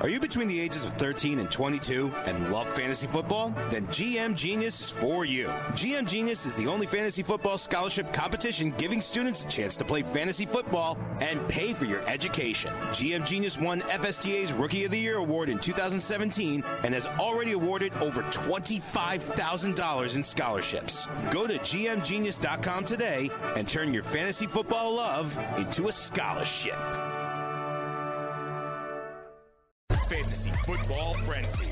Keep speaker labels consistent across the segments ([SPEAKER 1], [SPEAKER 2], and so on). [SPEAKER 1] Are you between the ages of 13 and 22 and love fantasy football? Then GM Genius is for you. GM Genius is the only fantasy football scholarship competition giving students a chance to play fantasy football and pay for your education. GM Genius won FSTA's Rookie of the Year award in 2017 and has already awarded over $25,000 in scholarships. Go to gmgenius.com today and turn your fantasy football love into a scholarship.
[SPEAKER 2] Fantasy football frenzy.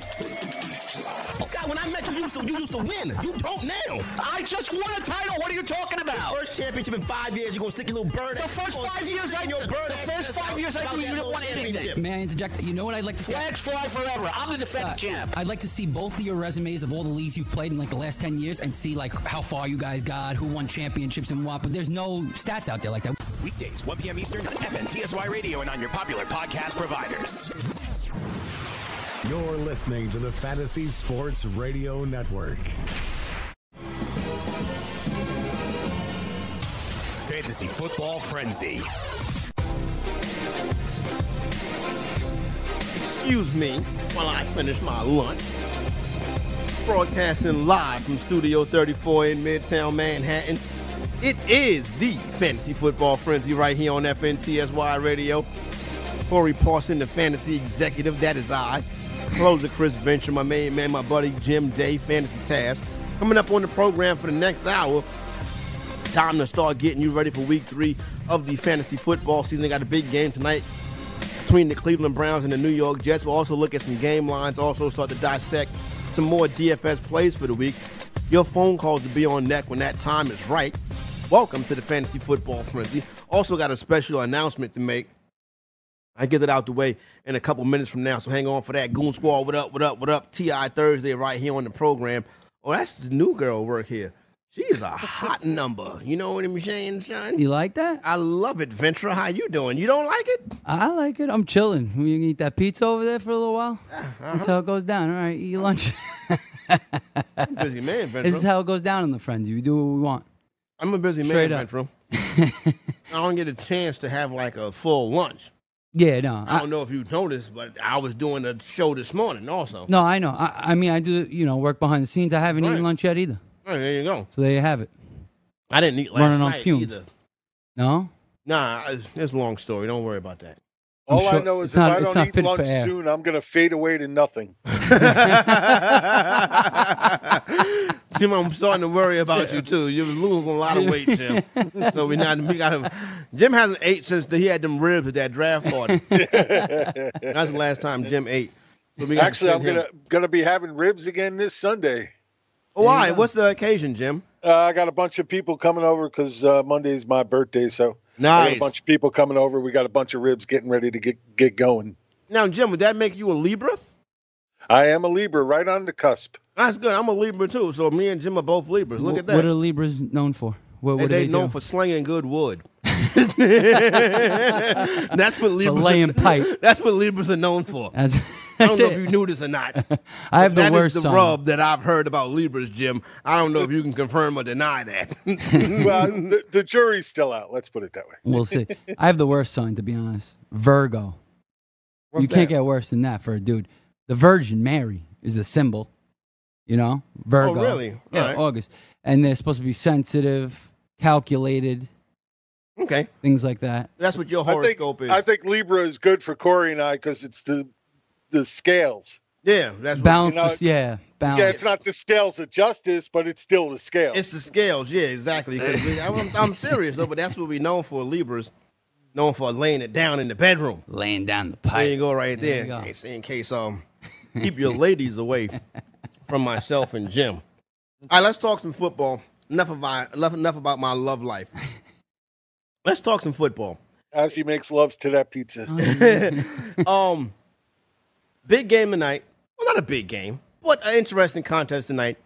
[SPEAKER 3] Scott, when I met you, you used to, you used to win. You don't now.
[SPEAKER 2] I just won a title. What are you talking about?
[SPEAKER 3] First championship in five years, you're gonna stick your little bird.
[SPEAKER 2] The first
[SPEAKER 3] you're gonna
[SPEAKER 2] five
[SPEAKER 3] stick
[SPEAKER 2] years I-
[SPEAKER 3] your bird
[SPEAKER 2] the
[SPEAKER 3] ass
[SPEAKER 2] first
[SPEAKER 3] chest
[SPEAKER 2] five
[SPEAKER 3] out
[SPEAKER 2] years I
[SPEAKER 3] about
[SPEAKER 2] knew
[SPEAKER 3] that
[SPEAKER 2] you didn't
[SPEAKER 3] little
[SPEAKER 2] want anything.
[SPEAKER 3] championship.
[SPEAKER 4] May I interject? You know what I'd like to see?
[SPEAKER 2] Flags fly forever. I'm the defending
[SPEAKER 4] Uh,
[SPEAKER 2] champ.
[SPEAKER 4] I'd like to see both of your resumes of all the leagues you've played in like the last 10 years and see like how far you guys got, who won championships and what, but there's no stats out there like that.
[SPEAKER 1] Weekdays, 1 p.m. Eastern on FNTSY Radio and on your popular podcast providers.
[SPEAKER 5] You're listening to the Fantasy Sports Radio Network.
[SPEAKER 1] Fantasy Football Frenzy.
[SPEAKER 3] Excuse me while I finish my lunch. Broadcasting live from Studio 34 in Midtown Manhattan. It is the Fantasy Football Frenzy right here on FNTSY Radio. Corey Parson, the fantasy executive, that is I. Closer Chris Venture, my main man, my buddy Jim Day, Fantasy Task. Coming up on the program for the next hour, time to start getting you ready for week three of the fantasy football season. Got a big game tonight between the Cleveland Browns and the New York Jets. We'll also look at some game lines, also start to dissect some more DFS plays for the week. Your phone calls will be on neck when that time is right. Welcome to the Fantasy Football Frenzy. Also, got a special announcement to make. I get it out the way in a couple minutes from now, so hang on for that. Goon Squad, what up, what up, what up? TI Thursday right here on the program. Oh, that's the new girl work here. She is a hot number. You know what I'm saying, son?
[SPEAKER 4] You like that?
[SPEAKER 3] I love it, Ventura. How you doing? You don't like it?
[SPEAKER 4] I like it. I'm chilling. We can eat that pizza over there for a little while. That's how it goes down. All right, eat your lunch.
[SPEAKER 3] I'm a busy man, Ventura.
[SPEAKER 4] this is how it goes down in the friends. We do what we want.
[SPEAKER 3] I'm a busy man,
[SPEAKER 4] Straight up.
[SPEAKER 3] Ventura. I don't get a chance to have like a full lunch.
[SPEAKER 4] Yeah, no.
[SPEAKER 3] I
[SPEAKER 4] I-
[SPEAKER 3] don't know if you noticed, but I was doing a show this morning also.
[SPEAKER 4] no, I know. I, I mean, I do, you know, work behind the scenes. I haven't
[SPEAKER 3] Right.
[SPEAKER 4] eaten lunch yet either.
[SPEAKER 3] Hey, there you go.
[SPEAKER 4] So there you have it.
[SPEAKER 3] I didn't eat last
[SPEAKER 4] Running on
[SPEAKER 3] night
[SPEAKER 4] fumes.
[SPEAKER 3] either.
[SPEAKER 4] No?
[SPEAKER 3] Nah, it's, it's a long story. Don't worry about that.
[SPEAKER 4] I'm
[SPEAKER 6] All I
[SPEAKER 4] sure-
[SPEAKER 6] know is
[SPEAKER 4] it's
[SPEAKER 6] if
[SPEAKER 4] not-
[SPEAKER 6] I
[SPEAKER 4] it's not
[SPEAKER 6] don't eat
[SPEAKER 4] fit for
[SPEAKER 6] lunch
[SPEAKER 4] air.
[SPEAKER 6] soon, I'm going to fade away to nothing.
[SPEAKER 3] Jim, I'm starting to worry about you too. You're losing a lot of weight, Jim. So we not we got him. Jim hasn't ate since the, he had them ribs at that draft party. That's the last time Jim ate. So we gotta
[SPEAKER 6] Actually, I'm
[SPEAKER 3] send him-
[SPEAKER 6] going to going to be having ribs again this Sunday.
[SPEAKER 3] Oh, why? What's the occasion, Jim?
[SPEAKER 6] Uh, I got a bunch of people coming over because uh, Monday's my birthday, so I got
[SPEAKER 3] Nice.
[SPEAKER 6] a bunch of people coming over. We got a bunch of ribs getting ready to get get going.
[SPEAKER 3] Now, Jim, would that make you a Libra?
[SPEAKER 6] I am a Libra, right on the cusp.
[SPEAKER 3] That's good. I'm a Libra too. So me and Jim are both Libras. Look
[SPEAKER 4] Wh-
[SPEAKER 3] at that.
[SPEAKER 4] What are Libras known for? What, what
[SPEAKER 3] and
[SPEAKER 4] do
[SPEAKER 3] they,
[SPEAKER 4] do?
[SPEAKER 3] known for slinging good wood. that's what Libras.
[SPEAKER 4] laying
[SPEAKER 3] are,
[SPEAKER 4] pipe.
[SPEAKER 3] That's what Libras are known for. I
[SPEAKER 4] That's,
[SPEAKER 3] don't
[SPEAKER 4] that's
[SPEAKER 3] know
[SPEAKER 4] it.
[SPEAKER 3] if you knew this or not.
[SPEAKER 4] I have the
[SPEAKER 3] That is
[SPEAKER 4] worst
[SPEAKER 3] the
[SPEAKER 4] song.
[SPEAKER 3] rub that I've heard about Libras, Jim. I don't know if you can confirm or deny that.
[SPEAKER 6] well, the, the jury's still out. Let's put it that way.
[SPEAKER 4] We'll see. I have the worst sign to be honest. Virgo. you can't get worse than that for a dude. The Virgin Mary is the symbol. You know, Virgo.
[SPEAKER 3] Oh, really?
[SPEAKER 4] Yeah,
[SPEAKER 3] Alright.
[SPEAKER 4] August. And they're supposed to be sensitive, calculated,
[SPEAKER 3] okay.
[SPEAKER 4] things like that.
[SPEAKER 3] That's what your
[SPEAKER 6] I think,
[SPEAKER 3] horoscope is.
[SPEAKER 6] I think Libra is good for Corey and I because it's the the scales.
[SPEAKER 3] yeah, that's
[SPEAKER 4] Balance,
[SPEAKER 6] know,
[SPEAKER 4] this- yeah, balance.
[SPEAKER 6] Yeah, it's not the scales of justice, but it's still the scales.
[SPEAKER 3] What, it's the scales. Yeah, exactly. 'Cause we- I'm, I'm serious though, but that's what we known for Libras. Known for laying it down in the bedroom.
[SPEAKER 4] Laying down the
[SPEAKER 3] There
[SPEAKER 4] pipe.
[SPEAKER 3] you go, right there.
[SPEAKER 4] There you go.
[SPEAKER 3] In case- In case, um, keep your ladies away from myself and Jim. All right, let's talk some football. Enough of my enough, enough about my love life. Let's talk some football.
[SPEAKER 6] as he makes loves to that pizza.
[SPEAKER 3] Um, Big game tonight. Well, not a big game, but an interesting contest tonight.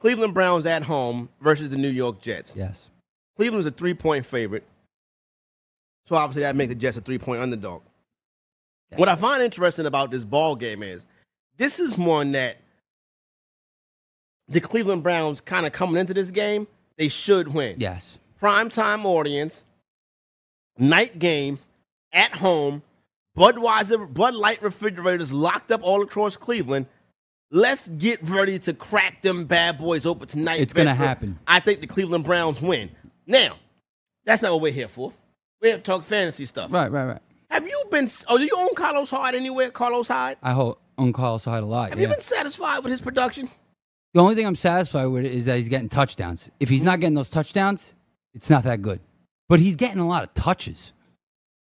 [SPEAKER 3] Cleveland Browns at home versus the New York Jets.
[SPEAKER 4] Yes.
[SPEAKER 3] Cleveland's a three point favorite. So obviously that makes the Jets a three point underdog. What I find interesting about this ball game is this is one that the Cleveland Browns kind of coming into this game, they should win.
[SPEAKER 4] Yes.
[SPEAKER 3] Prime time audience, night game, at home, Budweiser, Bud Light refrigerators locked up all across Cleveland. Let's get ready to crack them bad boys open tonight.
[SPEAKER 4] It's gonna
[SPEAKER 3] Bedford.
[SPEAKER 4] happen.
[SPEAKER 3] I think the Cleveland Browns win. Now, that's not what we're here for. We're here to talk fantasy stuff.
[SPEAKER 4] Right, right, right.
[SPEAKER 3] Have you been? Oh, do you own Carlos Hyde anywhere? Carlos Hyde.
[SPEAKER 4] I hold on call so I had a lot.
[SPEAKER 3] Have you
[SPEAKER 4] yeah.
[SPEAKER 3] been satisfied with his production?
[SPEAKER 4] the only thing I'm satisfied with is that he's getting touchdowns. If he's not getting those touchdowns, it's not that good. But he's getting a lot of touches.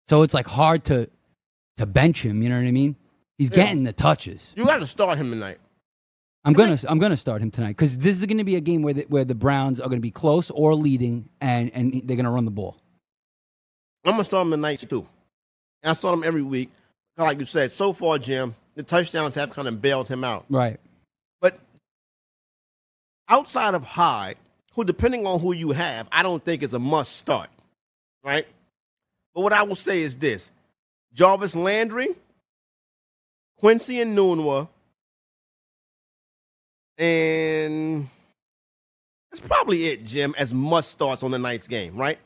[SPEAKER 4] So it's like hard to to bench him, you know what I mean? He's getting the touches.
[SPEAKER 3] You got to start him tonight.
[SPEAKER 4] I'm gonna I'm gonna start him tonight because this is gonna be a game where the, where the Browns are gonna be close or leading and and they're gonna run the ball.
[SPEAKER 3] I'm gonna start him tonight too. And I start him every week. Like you said, so far, Jim, the touchdowns have kind of bailed him out.
[SPEAKER 4] Right.
[SPEAKER 3] But outside of Hyde, who depending on who you have, I don't think is a must start, right? But what I will say is this: Jarvis Landry, Quincy and Nunwa, and that's probably it, Jim, as must starts on the night's game, right?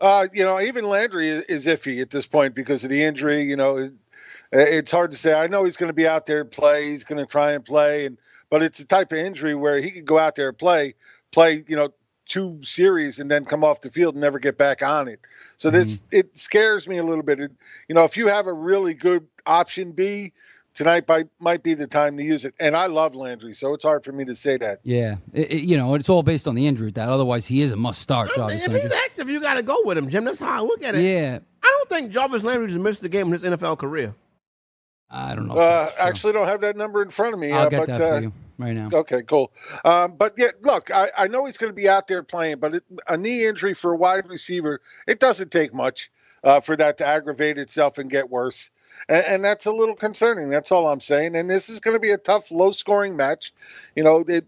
[SPEAKER 6] Uh, you know, even Landry i- is iffy at this point because of the injury. You know, it, it's hard to say. I know he's going to be out there and play. He's going to try and play, and but it's a type of injury where he could go out there and play, play. You know, two series and then come off the field and never get back on it. So this
[SPEAKER 4] Mm-hmm.
[SPEAKER 6] it scares me a little bit. It, you know, if you have a really good option B tonight, by, might be the time to use it. And I love Landry, so it's hard for me to say that.
[SPEAKER 4] Yeah. It- it- you know, it's all based on the injury at that. Otherwise, he is a must start.
[SPEAKER 3] I mean,
[SPEAKER 4] Jarvis
[SPEAKER 3] if
[SPEAKER 4] Landry.
[SPEAKER 3] he's active, you got to go with him, Jim. That's how I look at it.
[SPEAKER 4] Yeah.
[SPEAKER 3] I don't think Jarvis Landry just missed the game in his NFL career.
[SPEAKER 4] I don't know. if
[SPEAKER 6] Uh,
[SPEAKER 4] that's true.
[SPEAKER 6] actually, don't have that number in front of me.
[SPEAKER 4] I'll
[SPEAKER 6] uh,
[SPEAKER 4] get
[SPEAKER 6] but,
[SPEAKER 4] that
[SPEAKER 6] uh,
[SPEAKER 4] for you right now.
[SPEAKER 6] Okay, cool. Um, but yeah, look, I, I know he's going to be out there playing, but it, a knee injury for a wide receiver, it doesn't take much uh, for that to aggravate itself and get worse. And, and that's a little concerning. That's all I'm saying. And this is going to be a tough, low scoring match. You know, it,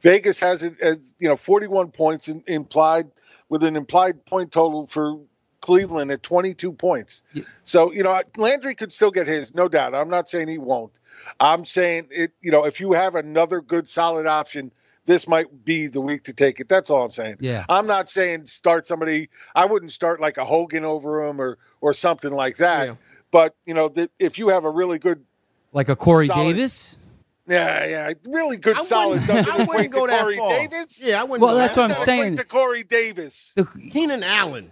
[SPEAKER 6] Vegas has it as, you know, 41 points in, implied with an implied point total for Cleveland at 22 points. So, you know, Landry could still get his, no doubt. I'm not saying he won't. I'm saying it, you know, if you have another good solid option, this might be the week to take it. That's all I'm saying.
[SPEAKER 4] Yeah.
[SPEAKER 6] I'm not saying start somebody. I wouldn't start like a Hogan over him or or something like that.
[SPEAKER 3] Yeah.
[SPEAKER 6] But, you know, that if you have a really good
[SPEAKER 4] Like a Corey
[SPEAKER 6] Solid.
[SPEAKER 4] Davis.
[SPEAKER 6] yeah, yeah, really good
[SPEAKER 3] I
[SPEAKER 6] solid
[SPEAKER 3] wouldn't,
[SPEAKER 6] doesn't
[SPEAKER 3] I wouldn't
[SPEAKER 6] equate
[SPEAKER 3] go
[SPEAKER 6] to
[SPEAKER 3] that
[SPEAKER 6] Corey
[SPEAKER 3] far.
[SPEAKER 6] Davis.
[SPEAKER 3] Yeah, I wouldn't.
[SPEAKER 4] Well,
[SPEAKER 3] go
[SPEAKER 4] that's
[SPEAKER 3] that
[SPEAKER 4] what I'm
[SPEAKER 3] far.
[SPEAKER 6] Doesn't
[SPEAKER 4] saying.
[SPEAKER 6] equate to Corey Davis.
[SPEAKER 4] The-
[SPEAKER 3] Keenan Allen.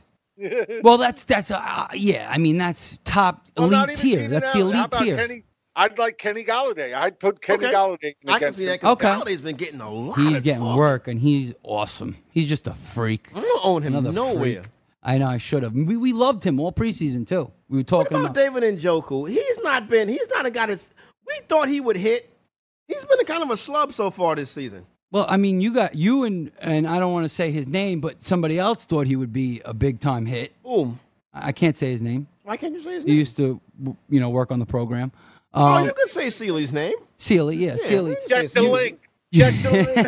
[SPEAKER 4] well, that's that's uh, yeah. I mean, that's top
[SPEAKER 6] Well, not
[SPEAKER 4] elite
[SPEAKER 6] even
[SPEAKER 4] tier.
[SPEAKER 6] Keenan
[SPEAKER 4] That's
[SPEAKER 6] Allen.
[SPEAKER 4] the
[SPEAKER 6] How
[SPEAKER 4] elite
[SPEAKER 6] about
[SPEAKER 4] tier.
[SPEAKER 6] Kenny? I'd like Kenny Galladay. I'd put Kenny
[SPEAKER 3] Okay.
[SPEAKER 6] Galladay in
[SPEAKER 3] I can
[SPEAKER 6] against
[SPEAKER 3] see
[SPEAKER 6] him.
[SPEAKER 3] that because
[SPEAKER 4] Okay.
[SPEAKER 3] Galladay's been getting a lot.
[SPEAKER 4] He's
[SPEAKER 3] of
[SPEAKER 4] getting
[SPEAKER 3] targets.
[SPEAKER 4] work, and he's awesome. He's just a freak.
[SPEAKER 3] I don't own him
[SPEAKER 4] Another
[SPEAKER 3] nowhere.
[SPEAKER 4] freak. I know. I should have. We, we loved him all preseason too. We were
[SPEAKER 3] What
[SPEAKER 4] talking
[SPEAKER 3] about
[SPEAKER 4] about.
[SPEAKER 3] David Njoku? He's not been. He's not a guy that's. We thought he would hit. He's been a kind of a slub so far this season.
[SPEAKER 4] well, I mean, you got you and and I don't want to say his name, but somebody else thought he would be a big time hit.
[SPEAKER 3] Boom.
[SPEAKER 4] I I can't say his name.
[SPEAKER 3] Why can't you say his
[SPEAKER 4] He
[SPEAKER 3] name?
[SPEAKER 4] used to, you know, work on the program.
[SPEAKER 3] oh,
[SPEAKER 4] Um,
[SPEAKER 3] you can say Sealy's name.
[SPEAKER 4] Sealy, yeah, Sealy.
[SPEAKER 6] Check the
[SPEAKER 3] You-
[SPEAKER 6] link. Check the link.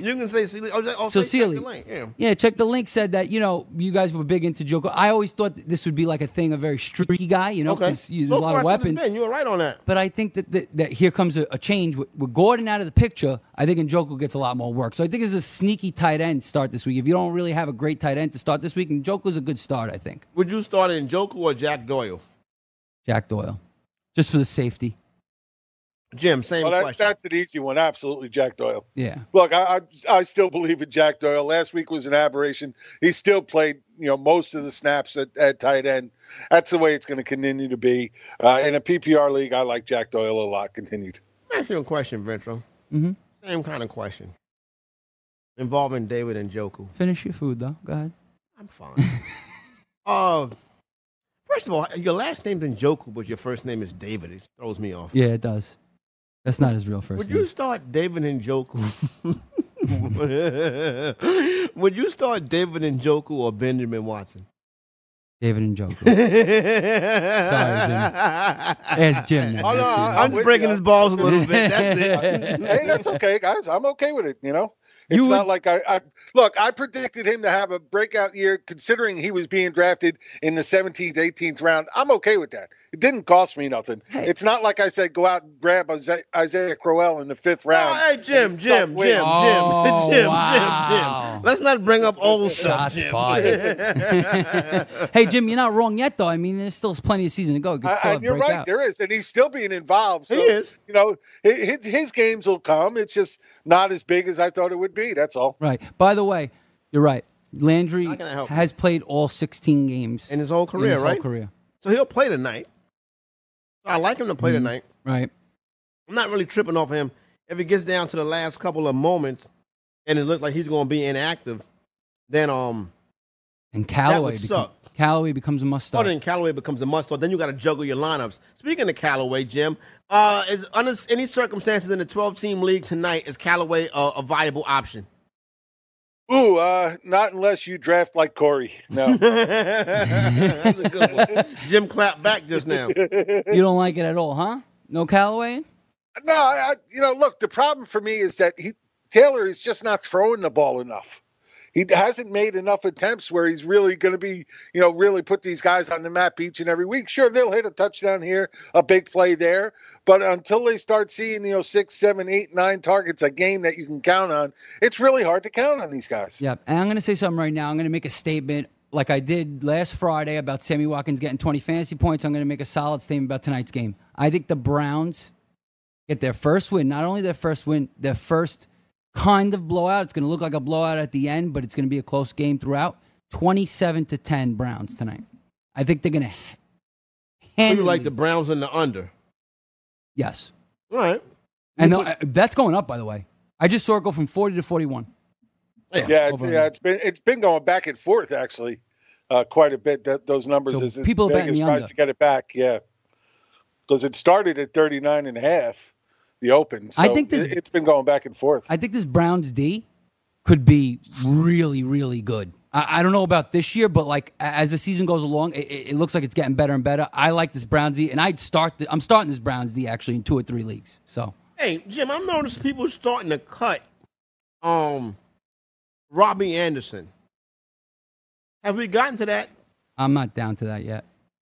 [SPEAKER 3] You can say Sealy. Oh, oh,
[SPEAKER 4] So
[SPEAKER 3] say- say
[SPEAKER 4] Sealy,
[SPEAKER 3] the link, Yeah.
[SPEAKER 4] yeah, check the link. Said that you know you guys were big into Joko. I always thought that this would be like a thing, a very streaky guy, you know,
[SPEAKER 3] Okay.
[SPEAKER 4] because uses
[SPEAKER 3] So
[SPEAKER 4] a lot of
[SPEAKER 3] far, it's
[SPEAKER 4] weapons.
[SPEAKER 3] been. You were right on that.
[SPEAKER 4] But I think that, that that here comes a, a change with, with Gordon out of the picture. I think Njoku gets a lot more work. So I think it's a sneaky tight end start this week. If you don't really have a great tight end to start this week, Njoku's a good start. I think
[SPEAKER 3] Would you start in Joku or Jack Doyle?
[SPEAKER 4] Jack Doyle, just for the safety.
[SPEAKER 3] Jim, same
[SPEAKER 6] Well, that,
[SPEAKER 3] question.
[SPEAKER 6] that's an easy one. Absolutely, Jack Doyle.
[SPEAKER 4] Yeah,
[SPEAKER 6] Look, I, I I still believe in Jack Doyle. Last week was an aberration. He still played, you know, most of the snaps at, at tight end. That's the way it's going to continue to be. Uh, in a PPR league, I like Jack Doyle a lot. Continued.
[SPEAKER 3] Let me ask you a question, Ventro.
[SPEAKER 4] Mhm.
[SPEAKER 3] Same kind of question involving David and Joku.
[SPEAKER 4] finish your food though. Go ahead.
[SPEAKER 3] I'm fine. uh, first of all, your last name's Njoku, but your first name is David. It throws me off.
[SPEAKER 4] Yeah, it does. That's not his real first
[SPEAKER 3] Would
[SPEAKER 4] name.
[SPEAKER 3] you start David and Joku? Would you start David and Joku or Benjamin Watson?
[SPEAKER 4] David and Joker.
[SPEAKER 3] Sorry,
[SPEAKER 4] Ask Jim. then.
[SPEAKER 6] Oh, no,
[SPEAKER 4] That's
[SPEAKER 6] I-
[SPEAKER 4] it.
[SPEAKER 3] I'm just breaking his balls a little bit. That's it.
[SPEAKER 6] hey, that's okay, guys. I'm okay with it. You know, it's
[SPEAKER 4] You would-
[SPEAKER 6] not like I, I look. I predicted him to have a breakout year, considering he was being drafted in the 17th, 18th round. I'm okay with that. It didn't cost me nothing. It's not like I said go out and grab Isaiah, Isaiah Crowell in the fifth round.
[SPEAKER 3] Oh, hey, Jim,
[SPEAKER 6] and suck
[SPEAKER 3] Jim, Jim,
[SPEAKER 6] wind.
[SPEAKER 3] Jim,
[SPEAKER 4] Oh,
[SPEAKER 3] Jim, Jim,
[SPEAKER 4] wow.
[SPEAKER 3] Jim. Let's not bring up old stuff,
[SPEAKER 4] Shots
[SPEAKER 3] Jim.
[SPEAKER 4] fired. hey, Jim, you're not wrong yet, though. I mean, there's still plenty of season to go. It could
[SPEAKER 6] I-
[SPEAKER 4] still
[SPEAKER 6] and you're right,
[SPEAKER 4] breakout.
[SPEAKER 6] there is, and he's still being involved. So,
[SPEAKER 3] He is.
[SPEAKER 6] You know, his, his games will come. It's just not as big as I thought it would be. That's all.
[SPEAKER 4] Right. By the way, you're right. Landry
[SPEAKER 3] How can I help you?
[SPEAKER 4] has played all 16 games
[SPEAKER 3] In his whole
[SPEAKER 4] in
[SPEAKER 3] career,
[SPEAKER 4] his
[SPEAKER 3] right?
[SPEAKER 4] whole career.
[SPEAKER 3] So he'll play tonight. I like him to
[SPEAKER 4] Mm-hmm.
[SPEAKER 3] play tonight.
[SPEAKER 4] Right.
[SPEAKER 3] I'm not really tripping off him. If it gets down to the last couple of moments and it looks like he's going to be inactive, then um,
[SPEAKER 4] And
[SPEAKER 3] would
[SPEAKER 4] Callaway, become-
[SPEAKER 3] suck.
[SPEAKER 4] Callaway becomes a must
[SPEAKER 3] oh,
[SPEAKER 4] start.
[SPEAKER 3] then Callaway becomes a must. Or then you got to juggle your lineups. Speaking of Callaway, Jim, uh, is under any circumstances in the 12 team league tonight is Callaway a, a viable option?
[SPEAKER 6] Ooh, uh, not unless you draft like Corey. No.
[SPEAKER 3] That's a good one. Jim clapped back just now.
[SPEAKER 4] You don't like it at all, huh? No Callaway?
[SPEAKER 6] No, I, I- you know, look, the problem for me is that he Taylor is just not throwing the ball enough. He hasn't made enough attempts where he's really going to be, you know, really put these guys on the map each and every week. Sure, they'll hit a touchdown here, a big play there, but until they start seeing, you know, six, seven, eight, nine targets a game that you can count on, it's really hard to count on these guys.
[SPEAKER 4] Yeah. And I'm going to say something right now. I'm going to make a statement like I did last Friday about Sammy Watkins getting 20 fantasy points. I'm going to make a solid statement about tonight's game. I think the Browns get their first win, not only their first win, their first kind of blowout. It's going to look like a blowout at the end, but it's going to be a close game throughout. 27 to 10 Browns tonight. I think they're going to
[SPEAKER 3] So
[SPEAKER 4] handle
[SPEAKER 3] you like the Browns and the under.
[SPEAKER 4] Yes.
[SPEAKER 3] All right.
[SPEAKER 4] And uh, that's going up by the way. I just saw it go from 40 to 41.
[SPEAKER 6] Yeah, it's,
[SPEAKER 4] Over
[SPEAKER 6] yeah, it's been it's been going back and forth actually, uh, quite a bit. That those numbers
[SPEAKER 4] So
[SPEAKER 6] is
[SPEAKER 4] people are betting
[SPEAKER 6] Vegas
[SPEAKER 4] the
[SPEAKER 6] tries
[SPEAKER 4] under.
[SPEAKER 6] to get it back. Yeah, because it started at 39 and a half, the open. So
[SPEAKER 4] I think this-
[SPEAKER 6] it, has been going back and forth.
[SPEAKER 4] I think this Browns D could be really, really good. I, I don't know about this year, but like a- as the season goes along, it, it it looks like it's getting better and better. I like this Browns D, and I'd start. The, I'm starting this Browns D actually in two or three leagues. So
[SPEAKER 3] Hey, Jim, I've noticed people starting to cut um Robbie Anderson. Have we gotten to that?
[SPEAKER 4] I'm not down to that yet.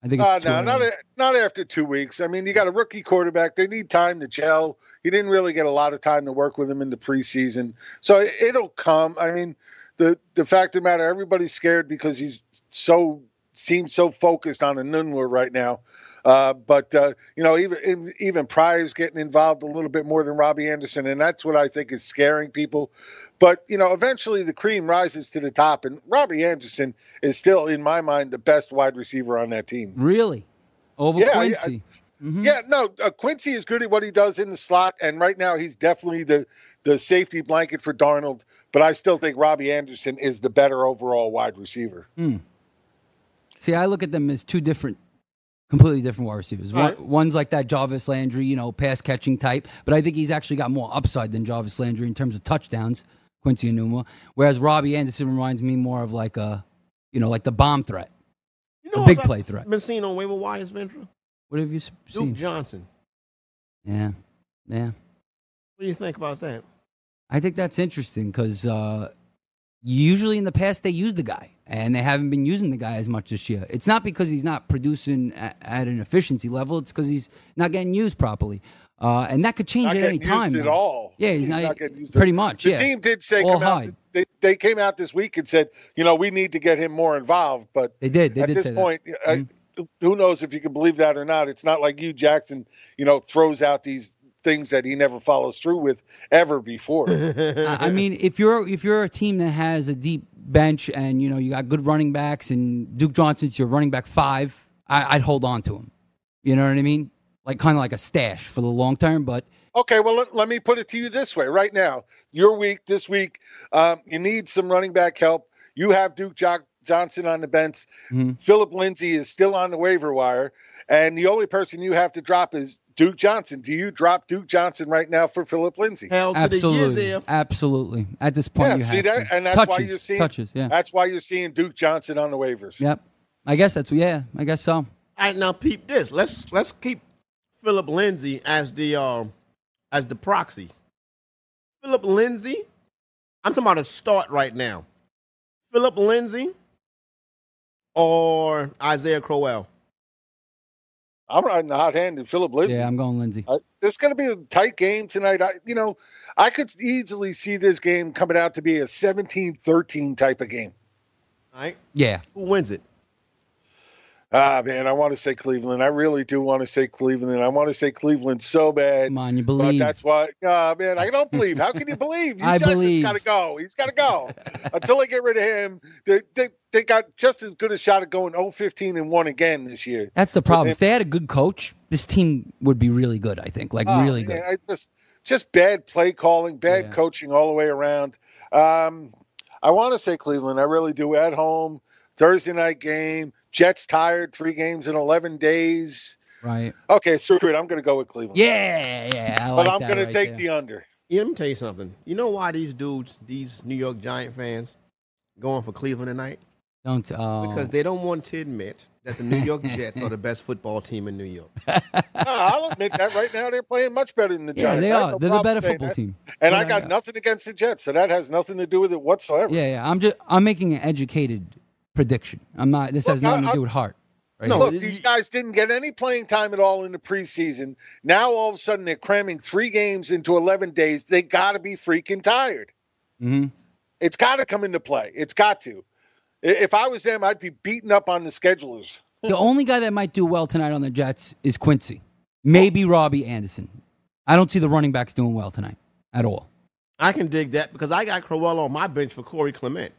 [SPEAKER 4] I think
[SPEAKER 6] Uh,
[SPEAKER 4] it's too
[SPEAKER 6] no, not
[SPEAKER 4] early.
[SPEAKER 6] a, not after two weeks. I mean, you got a rookie quarterback. They need time to gel. You didn't really get a lot of time to work with him in the preseason, so it, it'll come. I mean, the the fact of the matter, everybody's scared because he's so seems so focused on Anunwa right now. Uh, but uh, you know, even in, even Pryor's getting involved a little bit more than Robbie Anderson, and that's what I think is scaring people. But you know, eventually the cream rises to the top, and Robbie Anderson is still, in my mind, the best wide receiver on that team.
[SPEAKER 4] really over
[SPEAKER 6] Yeah, I-
[SPEAKER 4] Quincy.
[SPEAKER 6] Yeah, no, uh, Quincy is good at what he does in the slot, and right now he's definitely the the safety blanket for Darnold. But I still think Robbie Anderson is the better overall wide receiver.
[SPEAKER 4] See, I look at them as two different, completely different wide receivers. One,
[SPEAKER 3] Right.
[SPEAKER 4] One's like that Jarvis Landry, you know, pass catching type, but I think he's actually got more upside than Jarvis Landry in terms of touchdowns, Quincy Enuma. Whereas Robbie Anderson reminds me more of like a, you know, like the bomb threat.
[SPEAKER 3] You
[SPEAKER 4] The
[SPEAKER 3] who
[SPEAKER 4] big
[SPEAKER 3] else I've
[SPEAKER 4] play threat.
[SPEAKER 3] Been seen on waiver wires, Ventura.
[SPEAKER 4] What have you s-
[SPEAKER 3] Duke
[SPEAKER 4] seen?
[SPEAKER 3] Johnson.
[SPEAKER 4] Yeah, yeah.
[SPEAKER 3] What do you think about that?
[SPEAKER 4] I think that's interesting because uh, usually in the past they use the guy, and they haven't been using the guy as much this year. It's not because he's not producing at, at an efficiency level; it's because he's not getting used properly, uh, and that could change
[SPEAKER 6] Not
[SPEAKER 4] at any
[SPEAKER 6] getting
[SPEAKER 4] time.
[SPEAKER 6] used at
[SPEAKER 4] though.
[SPEAKER 6] all.
[SPEAKER 4] Yeah, he's, not,
[SPEAKER 6] getting used.
[SPEAKER 4] pretty
[SPEAKER 6] at-
[SPEAKER 4] much.
[SPEAKER 6] The
[SPEAKER 4] yeah,
[SPEAKER 6] team did say
[SPEAKER 4] All
[SPEAKER 6] come out,
[SPEAKER 4] hide.
[SPEAKER 6] they they came out this week and said you know we need to get him more involved, but
[SPEAKER 4] They did. They
[SPEAKER 6] at
[SPEAKER 4] did
[SPEAKER 6] this
[SPEAKER 4] say that. Mm-hmm.
[SPEAKER 6] point, I- who knows if you can believe that or not? It's not like you Jackson, you know, throws out these things that he never follows through with ever before.
[SPEAKER 4] I I mean, if you're if you're a team that has a deep bench and you know you got good running backs and Duke Johnson's your running back five, I, I'd hold on to him. You know what I mean? Like kind of like a stash for the long term, but
[SPEAKER 6] Okay, well, let, let me put it to you this way right now. Your week, this week, um, you need some running back help. You have Duke jo- Johnson on the bench.
[SPEAKER 4] Mm-hmm.
[SPEAKER 6] Philip Lindsay is still on the waiver wire. And the only person you have to drop is Duke Johnson. Do you drop Duke Johnson right now for Philip Lindsay?
[SPEAKER 3] Hell Oh, to the
[SPEAKER 4] absolutely,
[SPEAKER 3] years
[SPEAKER 4] absolutely. At this point,
[SPEAKER 6] Yeah,
[SPEAKER 4] you
[SPEAKER 6] see
[SPEAKER 4] have
[SPEAKER 6] that?
[SPEAKER 4] to.
[SPEAKER 6] And that's why
[SPEAKER 4] touches,
[SPEAKER 6] you're seeing-
[SPEAKER 4] touches. Yeah,
[SPEAKER 6] That's why you're seeing Duke Johnson on the waivers.
[SPEAKER 4] yep. I guess that's yeah. I guess so.
[SPEAKER 3] All right, now peep this. Let's let's keep Philip Lindsay as the uh, as the proxy. Philip Lindsay, I'm talking about a start right now. Philip Lindsay or Isaiah Crowell.
[SPEAKER 6] I'm riding the hot hand and Philip Lindsay.
[SPEAKER 4] Yeah, I'm going Lindsay.
[SPEAKER 6] Uh, it's going to be a tight game tonight. I, you know, I could easily see this game coming out to be a 17-13 type of game.
[SPEAKER 3] All right,
[SPEAKER 4] Yeah,
[SPEAKER 3] who wins it?
[SPEAKER 6] Ah, man, I want to say Cleveland. I really do want to say Cleveland. I want to say Cleveland so bad.
[SPEAKER 4] come on, you
[SPEAKER 6] But
[SPEAKER 4] believe?
[SPEAKER 6] that's why, ah, man, I don't believe. How can you believe? You
[SPEAKER 4] I
[SPEAKER 6] Jackson's
[SPEAKER 4] believe.
[SPEAKER 6] got to go. He's got to go. Until they get rid of him, they, they, they got just as good a shot at going 0-15 and 1 again this year.
[SPEAKER 4] That's the problem. If they had a good coach, this team would be really good. I think, like
[SPEAKER 6] Ah,
[SPEAKER 4] really good.
[SPEAKER 6] man, I just just bad play calling, bad
[SPEAKER 4] Yeah.
[SPEAKER 6] coaching all the way around. Um, I want to say Cleveland. I really do. At home, Thursday night game. Jets tired. Three games in eleven days.
[SPEAKER 4] Right?
[SPEAKER 6] Okay, screw it. I'm going to go with Cleveland.
[SPEAKER 4] Yeah, yeah. I
[SPEAKER 6] but
[SPEAKER 4] like
[SPEAKER 6] I'm
[SPEAKER 4] that
[SPEAKER 6] going to
[SPEAKER 4] right
[SPEAKER 6] take
[SPEAKER 4] there.
[SPEAKER 6] the under.
[SPEAKER 3] Yeah, let me tell you something. You know why these dudes, these New York Giant fans, going for Cleveland tonight?
[SPEAKER 4] don't oh,
[SPEAKER 3] Because they don't want to admit that the New York Jets are the best football team in New York.
[SPEAKER 6] Ah, I'll admit that right now they're playing much better than the
[SPEAKER 4] yeah,
[SPEAKER 6] Giants.
[SPEAKER 4] they
[SPEAKER 6] I have
[SPEAKER 4] are.
[SPEAKER 6] no
[SPEAKER 4] They're the
[SPEAKER 6] problem
[SPEAKER 4] better
[SPEAKER 6] saying
[SPEAKER 4] football
[SPEAKER 6] that.
[SPEAKER 4] team.
[SPEAKER 6] And I
[SPEAKER 4] Yeah,
[SPEAKER 6] got
[SPEAKER 4] yeah.
[SPEAKER 6] nothing against the Jets, so that has nothing to do with it whatsoever.
[SPEAKER 4] Yeah, yeah. I'm just I'm making an educated prediction. I'm not. This has
[SPEAKER 6] Look, I-
[SPEAKER 4] nothing to
[SPEAKER 6] I-
[SPEAKER 4] do with heart. Right
[SPEAKER 3] No.
[SPEAKER 4] here.
[SPEAKER 6] Look,
[SPEAKER 3] it-
[SPEAKER 6] these guys didn't get any playing time at all in the preseason. Now all of a sudden they're cramming three games into eleven days. They got to be freaking tired.
[SPEAKER 3] Mm-hmm.
[SPEAKER 4] Mhm.
[SPEAKER 6] It's got to come into play. It's got to. I- If I was them, I'd be beating up on the schedulers.
[SPEAKER 4] the only guy that might do well tonight on the Jets is Quincy. Maybe Robbie Anderson. I don't see the running backs doing well tonight at all,
[SPEAKER 3] I can dig that because I got Crowell on my bench for Corey Clement.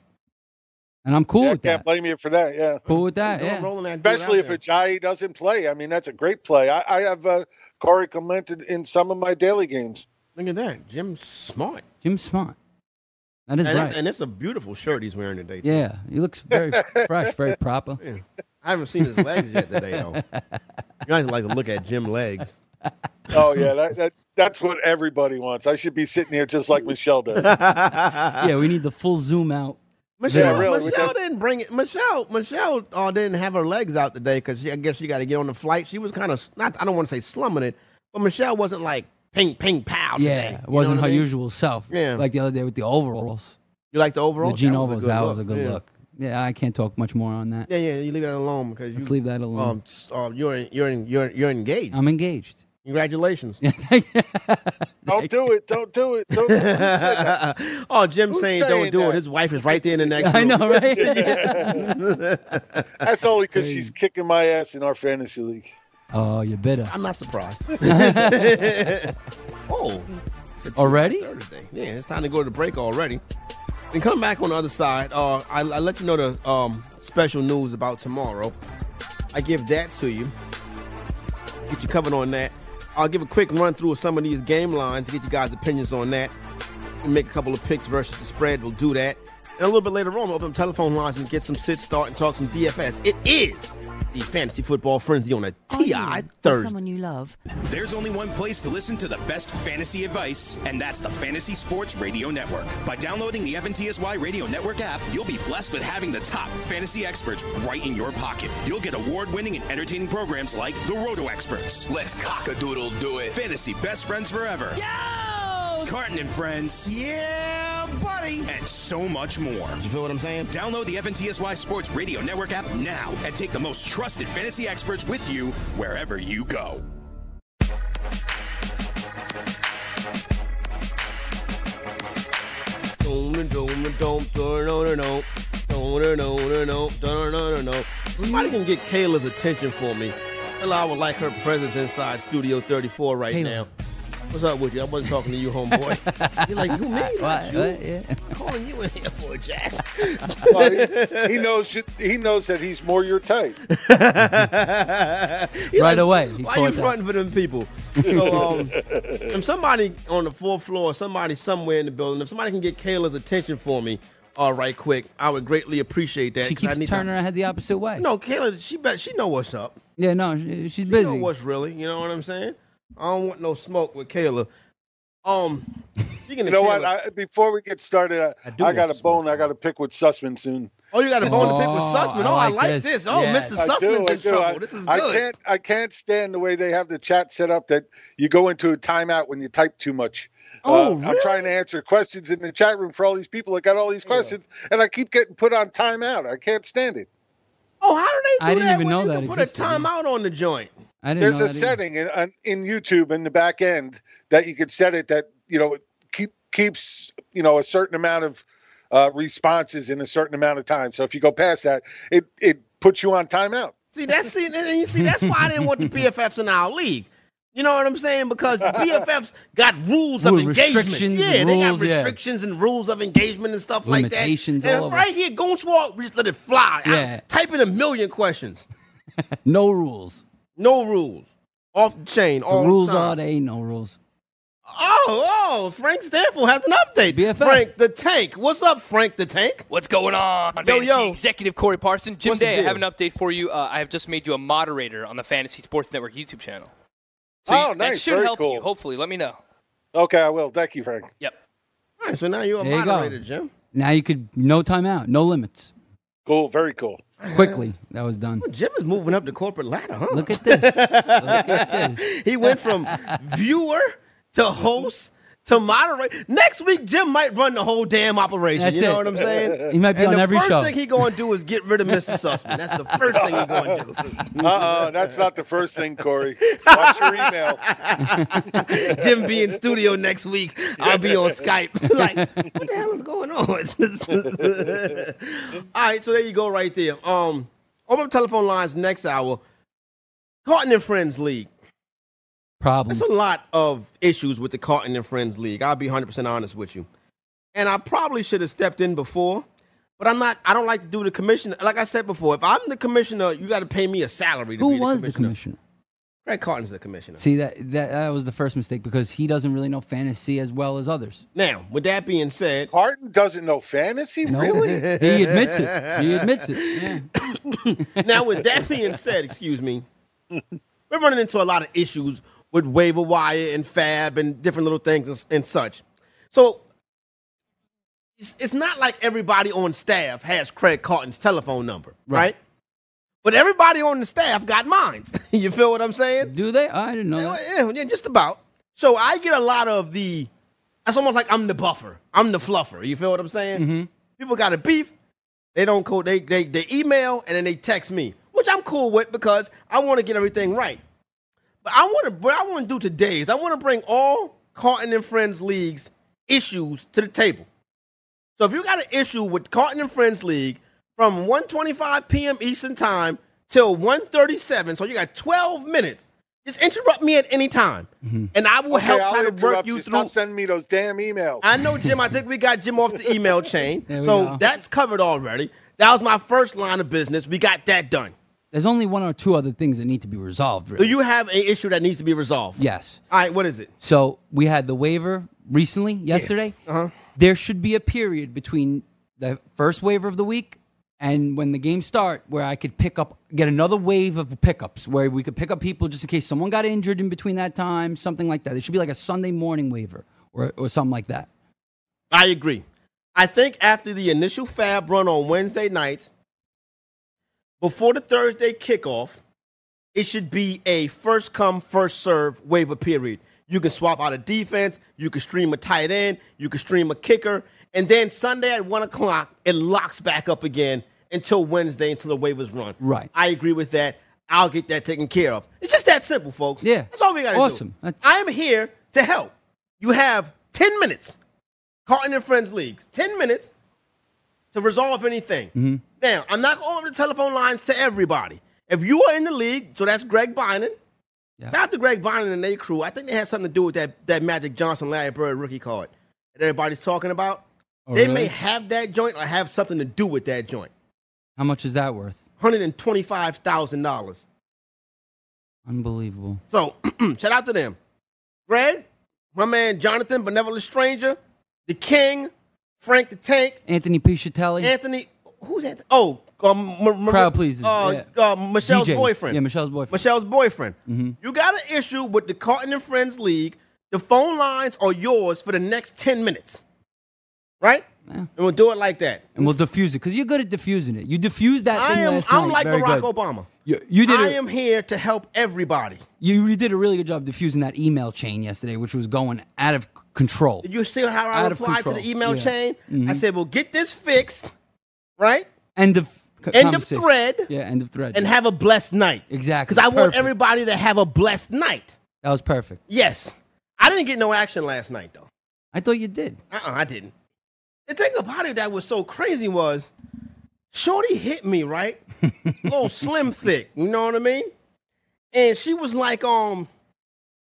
[SPEAKER 4] and I'm cool
[SPEAKER 6] Yeah, I
[SPEAKER 4] with
[SPEAKER 6] can't
[SPEAKER 4] that.
[SPEAKER 6] blame you for that. Yeah,
[SPEAKER 4] Cool with that.
[SPEAKER 3] Don't
[SPEAKER 4] Yeah.
[SPEAKER 3] roll in that dude out
[SPEAKER 6] especially if
[SPEAKER 3] there.
[SPEAKER 6] Ajayi doesn't play. I mean, that's a great play. I, I have uh, Corey commented in some of my daily games.
[SPEAKER 3] Look at that. Jim's smart.
[SPEAKER 4] Jim Smart. That is
[SPEAKER 3] And,
[SPEAKER 4] right.
[SPEAKER 3] it's, and it's a beautiful shirt he's wearing today. too.
[SPEAKER 4] yeah, he looks very fresh, very proper.
[SPEAKER 3] I haven't seen his legs yet today, though. You guys like to look at Jim legs.
[SPEAKER 6] Oh yeah, that, that that's what everybody wants. I should be sitting here just like Michelle does.
[SPEAKER 4] Yeah, we need the full zoom out.
[SPEAKER 3] Michelle,
[SPEAKER 6] Yeah, really, with
[SPEAKER 3] Michelle
[SPEAKER 6] that-
[SPEAKER 3] didn't bring it. Michelle, Michelle uh, didn't have her legs out today because I guess she got to get on the flight. She was kind of not. I don't want to say slumming it, but Michelle wasn't like ping, ping, pow. today.
[SPEAKER 4] Yeah,
[SPEAKER 3] You
[SPEAKER 4] it
[SPEAKER 3] know
[SPEAKER 4] wasn't
[SPEAKER 3] what
[SPEAKER 4] her
[SPEAKER 3] I mean?
[SPEAKER 4] usual self.
[SPEAKER 3] Yeah.
[SPEAKER 4] like the other day with the overalls,
[SPEAKER 3] You like the overall?
[SPEAKER 4] the jean overalls. That was a good look. Yeah, I can't talk much more on that.
[SPEAKER 3] Yeah, yeah. You leave that alone because you
[SPEAKER 4] Let's leave that alone. Um,
[SPEAKER 3] um, s- um, you're in- you're in- you're you're engaged.
[SPEAKER 4] I'm engaged.
[SPEAKER 3] Congratulations.
[SPEAKER 6] Don't do it. Don't do it. Don't do it.
[SPEAKER 3] oh, Jim's
[SPEAKER 6] Who's
[SPEAKER 3] saying don't
[SPEAKER 6] saying
[SPEAKER 3] do it.
[SPEAKER 6] that?
[SPEAKER 3] His wife is right there in the next
[SPEAKER 4] I
[SPEAKER 3] room.
[SPEAKER 4] know, right?
[SPEAKER 6] That's only because she's kicking my ass in our fantasy league.
[SPEAKER 4] oh, you're bitter.
[SPEAKER 3] I'm not surprised. oh, it's a
[SPEAKER 4] Already?
[SPEAKER 3] Thursday. Yeah, it's time to go to break already. And come back on the other side. Uh, I, I let you know the um, special news about tomorrow. I give that to you. Get you covered on that. I'll give a quick run through of some of these game lines to get you guys' opinions on that. We'll make a couple of picks versus the spread. We'll do that. And a little bit later on, we'll open up telephone lines and get some sit start and talk some DFS. It is the Fantasy Football Frenzy on a
[SPEAKER 7] Oh,
[SPEAKER 3] TI Thursday.
[SPEAKER 8] Someone you love.
[SPEAKER 1] There's only one place to listen to the best fantasy advice, and that's the Fantasy Sports Radio Network. By downloading the FNTSY Radio Network app, you'll be blessed with having the top fantasy experts right in your pocket. You'll get award winning and entertaining programs like The Roto Experts,
[SPEAKER 2] Let's cockadoodle do it.
[SPEAKER 1] Fantasy Best Friends Forever, Yo! Carton and Friends, Yeah, buddy! And so much more.
[SPEAKER 3] You feel what I'm saying?
[SPEAKER 1] Download the FNTSY Sports Radio Network app now and take the most trusted fantasy experts with you wherever you go.
[SPEAKER 3] Dun, dun, dun, dun, dun, dun, dun, dun, dun. Dun, dun, dun, dun, dun, dun, dun, dun, dun. Somebody can get Kayla's attention for me. Hell, I would like her presence inside Studio 34 right
[SPEAKER 4] Kayla.
[SPEAKER 3] now. What's up with you? I wasn't talking to you, homeboy. You're like, you me? Not
[SPEAKER 4] What?
[SPEAKER 3] you.
[SPEAKER 4] What? uh, Yeah.
[SPEAKER 3] I'm calling you in here for a jack.
[SPEAKER 6] Well, he, he knows he knows that he's more your type.
[SPEAKER 3] He
[SPEAKER 4] Right away, he
[SPEAKER 3] Why you
[SPEAKER 4] called that.
[SPEAKER 3] fronting for them people? So, um, if somebody on the fourth floor, somebody somewhere in the building, if somebody can get Kayla's attention for me, all right, quick, I would greatly appreciate that.
[SPEAKER 4] She
[SPEAKER 3] 'cause I
[SPEAKER 4] keeps
[SPEAKER 3] need to-
[SPEAKER 4] turning her head the opposite way.
[SPEAKER 3] No, Kayla, she bet she know what's up.
[SPEAKER 4] Yeah, no, she, she's
[SPEAKER 3] She know
[SPEAKER 4] busy.
[SPEAKER 3] what's really. You know what I'm saying? I don't want no smoke with Kayla. Um, speaking
[SPEAKER 6] You
[SPEAKER 3] of
[SPEAKER 6] know
[SPEAKER 3] Kayla,
[SPEAKER 6] what? I, before we get started,
[SPEAKER 3] I
[SPEAKER 6] I,
[SPEAKER 3] do
[SPEAKER 6] I
[SPEAKER 3] want
[SPEAKER 6] got
[SPEAKER 3] to
[SPEAKER 6] a
[SPEAKER 3] smoke
[SPEAKER 6] bone. I
[SPEAKER 3] one.
[SPEAKER 6] got to pick with Sussman soon.
[SPEAKER 3] Oh, you got a bone to pick with
[SPEAKER 4] Oh,
[SPEAKER 3] Sussman.
[SPEAKER 4] I
[SPEAKER 3] Oh, I
[SPEAKER 4] like
[SPEAKER 3] like
[SPEAKER 4] this.
[SPEAKER 3] this. Oh,
[SPEAKER 4] Yeah.
[SPEAKER 3] Mr.
[SPEAKER 4] I
[SPEAKER 6] I do,
[SPEAKER 3] Sussman's
[SPEAKER 6] I
[SPEAKER 3] in
[SPEAKER 6] do.
[SPEAKER 3] trouble.
[SPEAKER 6] I-
[SPEAKER 3] this is
[SPEAKER 6] I
[SPEAKER 3] good.
[SPEAKER 6] can't I can't stand the way they have the chat set up that you go into a timeout when you type too much. Uh,
[SPEAKER 3] Oh,
[SPEAKER 6] I'm trying to answer questions in the chat room for all these people that got all these questions, and I keep getting put on timeout. I can't stand it.
[SPEAKER 3] Oh, how do they do
[SPEAKER 4] I didn't
[SPEAKER 3] that?
[SPEAKER 4] even
[SPEAKER 3] when
[SPEAKER 4] know
[SPEAKER 3] you
[SPEAKER 4] that
[SPEAKER 3] can
[SPEAKER 4] existed.
[SPEAKER 3] Put a timeout on the joint.
[SPEAKER 4] I didn't
[SPEAKER 6] There's
[SPEAKER 4] know
[SPEAKER 6] a
[SPEAKER 4] that either.
[SPEAKER 6] setting in, on- in YouTube in the back end that you could set it that you know it keep keeps you know a certain amount of uh, responses in a certain amount of time. So if you go past that, it it puts you on timeout.
[SPEAKER 3] See, that's see, and- and you see, that's why I didn't want the PFFs in our league. You know what I'm saying? Because the PFFs got rules of
[SPEAKER 4] With
[SPEAKER 3] engagement.
[SPEAKER 4] restrictions
[SPEAKER 3] yeah,
[SPEAKER 4] and
[SPEAKER 3] they got
[SPEAKER 4] rules, yeah.
[SPEAKER 3] restrictions and rules of engagement and stuff like that.
[SPEAKER 4] Limitations
[SPEAKER 3] and
[SPEAKER 4] all over.
[SPEAKER 3] right here, Goons Walk, we just let it fly. I-
[SPEAKER 4] Yeah.
[SPEAKER 3] type in a million questions.
[SPEAKER 4] No rules.
[SPEAKER 3] No rules. Off the chain. All
[SPEAKER 4] rules
[SPEAKER 3] the time.
[SPEAKER 4] all day, no rules.
[SPEAKER 3] Oh, oh, Frank Stanford has an update.
[SPEAKER 4] BFF.
[SPEAKER 3] Frank the Tank. What's up, Frank the Tank?
[SPEAKER 8] What's going on? Yo, fantasy
[SPEAKER 3] yo.
[SPEAKER 8] Executive Corey Parson. Jim
[SPEAKER 3] What's the
[SPEAKER 8] Day, I
[SPEAKER 3] deal?
[SPEAKER 8] have an update for you. Uh, I have just made you a moderator on the Fantasy Sports Network YouTube channel.
[SPEAKER 6] Oh,
[SPEAKER 8] you- That
[SPEAKER 6] nice.
[SPEAKER 8] should
[SPEAKER 6] Very
[SPEAKER 8] help
[SPEAKER 6] cool.
[SPEAKER 8] you, hopefully. Let me know.
[SPEAKER 6] Okay, I will. Thank you, Frank.
[SPEAKER 8] Yep.
[SPEAKER 3] All right, so now you're a
[SPEAKER 4] There you go.
[SPEAKER 3] moderator, Jim.
[SPEAKER 4] Now you could no timeout, no limits.
[SPEAKER 6] Cool. Very cool.
[SPEAKER 4] Quickly, that was done.
[SPEAKER 3] Jim is moving up the corporate ladder, huh?
[SPEAKER 4] Look at this. Look at this.
[SPEAKER 3] he went from viewer to host to moderate. Next week, Jim might run the whole damn operation.
[SPEAKER 4] That's
[SPEAKER 3] you know
[SPEAKER 4] it.
[SPEAKER 3] what I'm saying?
[SPEAKER 4] He might be
[SPEAKER 3] and
[SPEAKER 4] on
[SPEAKER 3] the
[SPEAKER 4] every
[SPEAKER 3] first
[SPEAKER 4] show.
[SPEAKER 3] thing he gonna do is get rid of Mr. Sussman. That's the first thing he gonna do.
[SPEAKER 6] Uh oh, that's not the first thing, Corey. Watch your email.
[SPEAKER 3] Jim be in studio next week. I'll be on Skype. like, what the hell is going on? All right, so there you go, right there. Um, open up telephone lines next hour. Carton and Friends League.
[SPEAKER 4] Problems.
[SPEAKER 3] There's a lot of issues with the Carton and Friends League. I'll be 100% honest with you. And I probably should have stepped in before, but I'm not, I don't like to do the commissioner. Like I said before, if I'm the commissioner, you got to pay me a salary to
[SPEAKER 4] Who
[SPEAKER 3] be the
[SPEAKER 4] was
[SPEAKER 3] commissioner.
[SPEAKER 4] the commissioner?
[SPEAKER 3] Greg Carton's the commissioner.
[SPEAKER 4] See that, that that was the first mistake because he doesn't really know fantasy as well as others.
[SPEAKER 3] Now, with that being said,
[SPEAKER 6] Carton doesn't know fantasy,
[SPEAKER 4] No.
[SPEAKER 6] really?
[SPEAKER 4] He admits it. He admits it. Yeah.
[SPEAKER 3] now with that being said, excuse me, we're running into a lot of issues with waiver wire and fab and different little things and, and such. So it's, it's not like everybody on staff has Craig Carton's telephone number, right? But everybody on the staff got mine. you feel what I'm saying?
[SPEAKER 4] Do they? I didn't know that.
[SPEAKER 3] Yeah, yeah, just about. So I get a lot of the. That's almost like I'm the buffer. I'm the fluffer. You feel what I'm saying? People got a beef. They don't call. They they they email and then they text me, which I'm cool with because I want to get everything right. But I want to. What I want to do today is I want to bring all Carton and Friends leagues issues to the table. So if you got an issue with Carton and Friends League from 1:25 p.m. Eastern Time till 1:37, so you got 12 minutes. Just interrupt me at any time, and I will
[SPEAKER 6] Mm-hmm. Okay,
[SPEAKER 3] help
[SPEAKER 6] I'll
[SPEAKER 3] try to work
[SPEAKER 6] interrupt
[SPEAKER 3] you
[SPEAKER 6] you.
[SPEAKER 3] through.
[SPEAKER 6] Stop sending me those damn emails.
[SPEAKER 3] I know Jim. I think we got Jim off the email chain,
[SPEAKER 4] There we
[SPEAKER 3] so
[SPEAKER 4] go.
[SPEAKER 3] that's covered already. That was my first line of business. We got that done.
[SPEAKER 4] There's only one or two other things that need to be resolved.
[SPEAKER 3] Do
[SPEAKER 4] Really.
[SPEAKER 3] you have an issue that needs to be resolved?
[SPEAKER 4] yes.
[SPEAKER 3] All right. What is it?
[SPEAKER 4] So we had the waiver recently, yesterday. Uh-huh. There should be a period between the first waiver of the week and when the games start where I could pick up, get another wave of pickups where we could pick up people just in case someone got injured in between that time, something like that. There should be like a Sunday morning waiver or, or something like that.
[SPEAKER 3] I agree. I think after the initial fab run on Wednesday nights, before the Thursday kickoff, it should be a first come, first serve waiver period. You can swap out a defense, you can stream a tight end, you can stream a kicker, and then Sunday at one o'clock, it locks back up again until Wednesday until the waivers run.
[SPEAKER 4] Right.
[SPEAKER 3] I agree with that. I'll get that taken care of. It's just that simple, folks.
[SPEAKER 4] Yeah.
[SPEAKER 3] That's all we gotta
[SPEAKER 4] Awesome.
[SPEAKER 3] do.
[SPEAKER 4] That-
[SPEAKER 3] I'm here to help. You have 10 minutes. Carton and Friends leagues. 10 minutes to resolve anything.
[SPEAKER 4] Mm-hmm.
[SPEAKER 3] Now, I'm not going over the telephone lines to everybody. If you are in the league, so that's Greg Bynan.
[SPEAKER 4] Yeah.
[SPEAKER 3] Shout out to Greg Bynan and their crew. I think they had something to do with that, that Magic Johnson Larry Bird rookie card that everybody's talking about.
[SPEAKER 4] Oh,
[SPEAKER 3] they
[SPEAKER 4] really?
[SPEAKER 3] may have that joint or have something to do with that joint.
[SPEAKER 4] How much is that worth?
[SPEAKER 3] $125,000.
[SPEAKER 4] Unbelievable.
[SPEAKER 3] So shout out to them. Greg, my man Jonathan, Benevolent Stranger, The King, Frank the Tank,
[SPEAKER 4] Anthony Piscitelli.
[SPEAKER 3] Anthony. Who's Anthony? Oh, um, Ma- Ma-
[SPEAKER 4] Crowd pleaser,
[SPEAKER 3] Uh,
[SPEAKER 4] yeah.
[SPEAKER 3] uh, Michelle's
[SPEAKER 4] DJs.
[SPEAKER 3] boyfriend.
[SPEAKER 4] Yeah, Michelle's boyfriend. Mm-hmm.
[SPEAKER 3] Michelle's boyfriend. You got an issue with the Carton and Friends League. The phone lines are yours for the next 10 minutes. Right? And we'll do it like that.
[SPEAKER 4] and we'll diffuse it because you're good at diffusing it. You diffused that
[SPEAKER 3] I
[SPEAKER 4] thing
[SPEAKER 3] am.
[SPEAKER 4] last
[SPEAKER 3] I'm
[SPEAKER 4] night.
[SPEAKER 3] like
[SPEAKER 4] Very
[SPEAKER 3] Barack
[SPEAKER 4] good.
[SPEAKER 3] Obama.
[SPEAKER 4] You, you did.
[SPEAKER 3] I
[SPEAKER 4] a-
[SPEAKER 3] am here to help everybody.
[SPEAKER 4] You, you did a really good job diffusing that email chain yesterday, which was going out of c- control.
[SPEAKER 3] Did you see how I
[SPEAKER 4] Out of
[SPEAKER 3] replied to the
[SPEAKER 4] control.
[SPEAKER 3] email
[SPEAKER 4] Yeah. Mm-hmm.
[SPEAKER 3] chain? I said, "Well, get this fixed, right?
[SPEAKER 4] End of c-
[SPEAKER 3] End of
[SPEAKER 4] conversation.
[SPEAKER 3] thread,
[SPEAKER 4] Yeah, end of thread.
[SPEAKER 3] and have a blessed night."
[SPEAKER 4] Exactly.
[SPEAKER 3] Because I want
[SPEAKER 4] Perfect.
[SPEAKER 3] everybody to have a blessed night.
[SPEAKER 4] that was perfect.
[SPEAKER 3] Yes, I didn't get no action last night though.
[SPEAKER 4] I thought you did.
[SPEAKER 3] Uh-uh, I didn't. The thing about it that was so crazy was Shorty hit me, right? Little slim thick, you know what I mean? And she was like, um,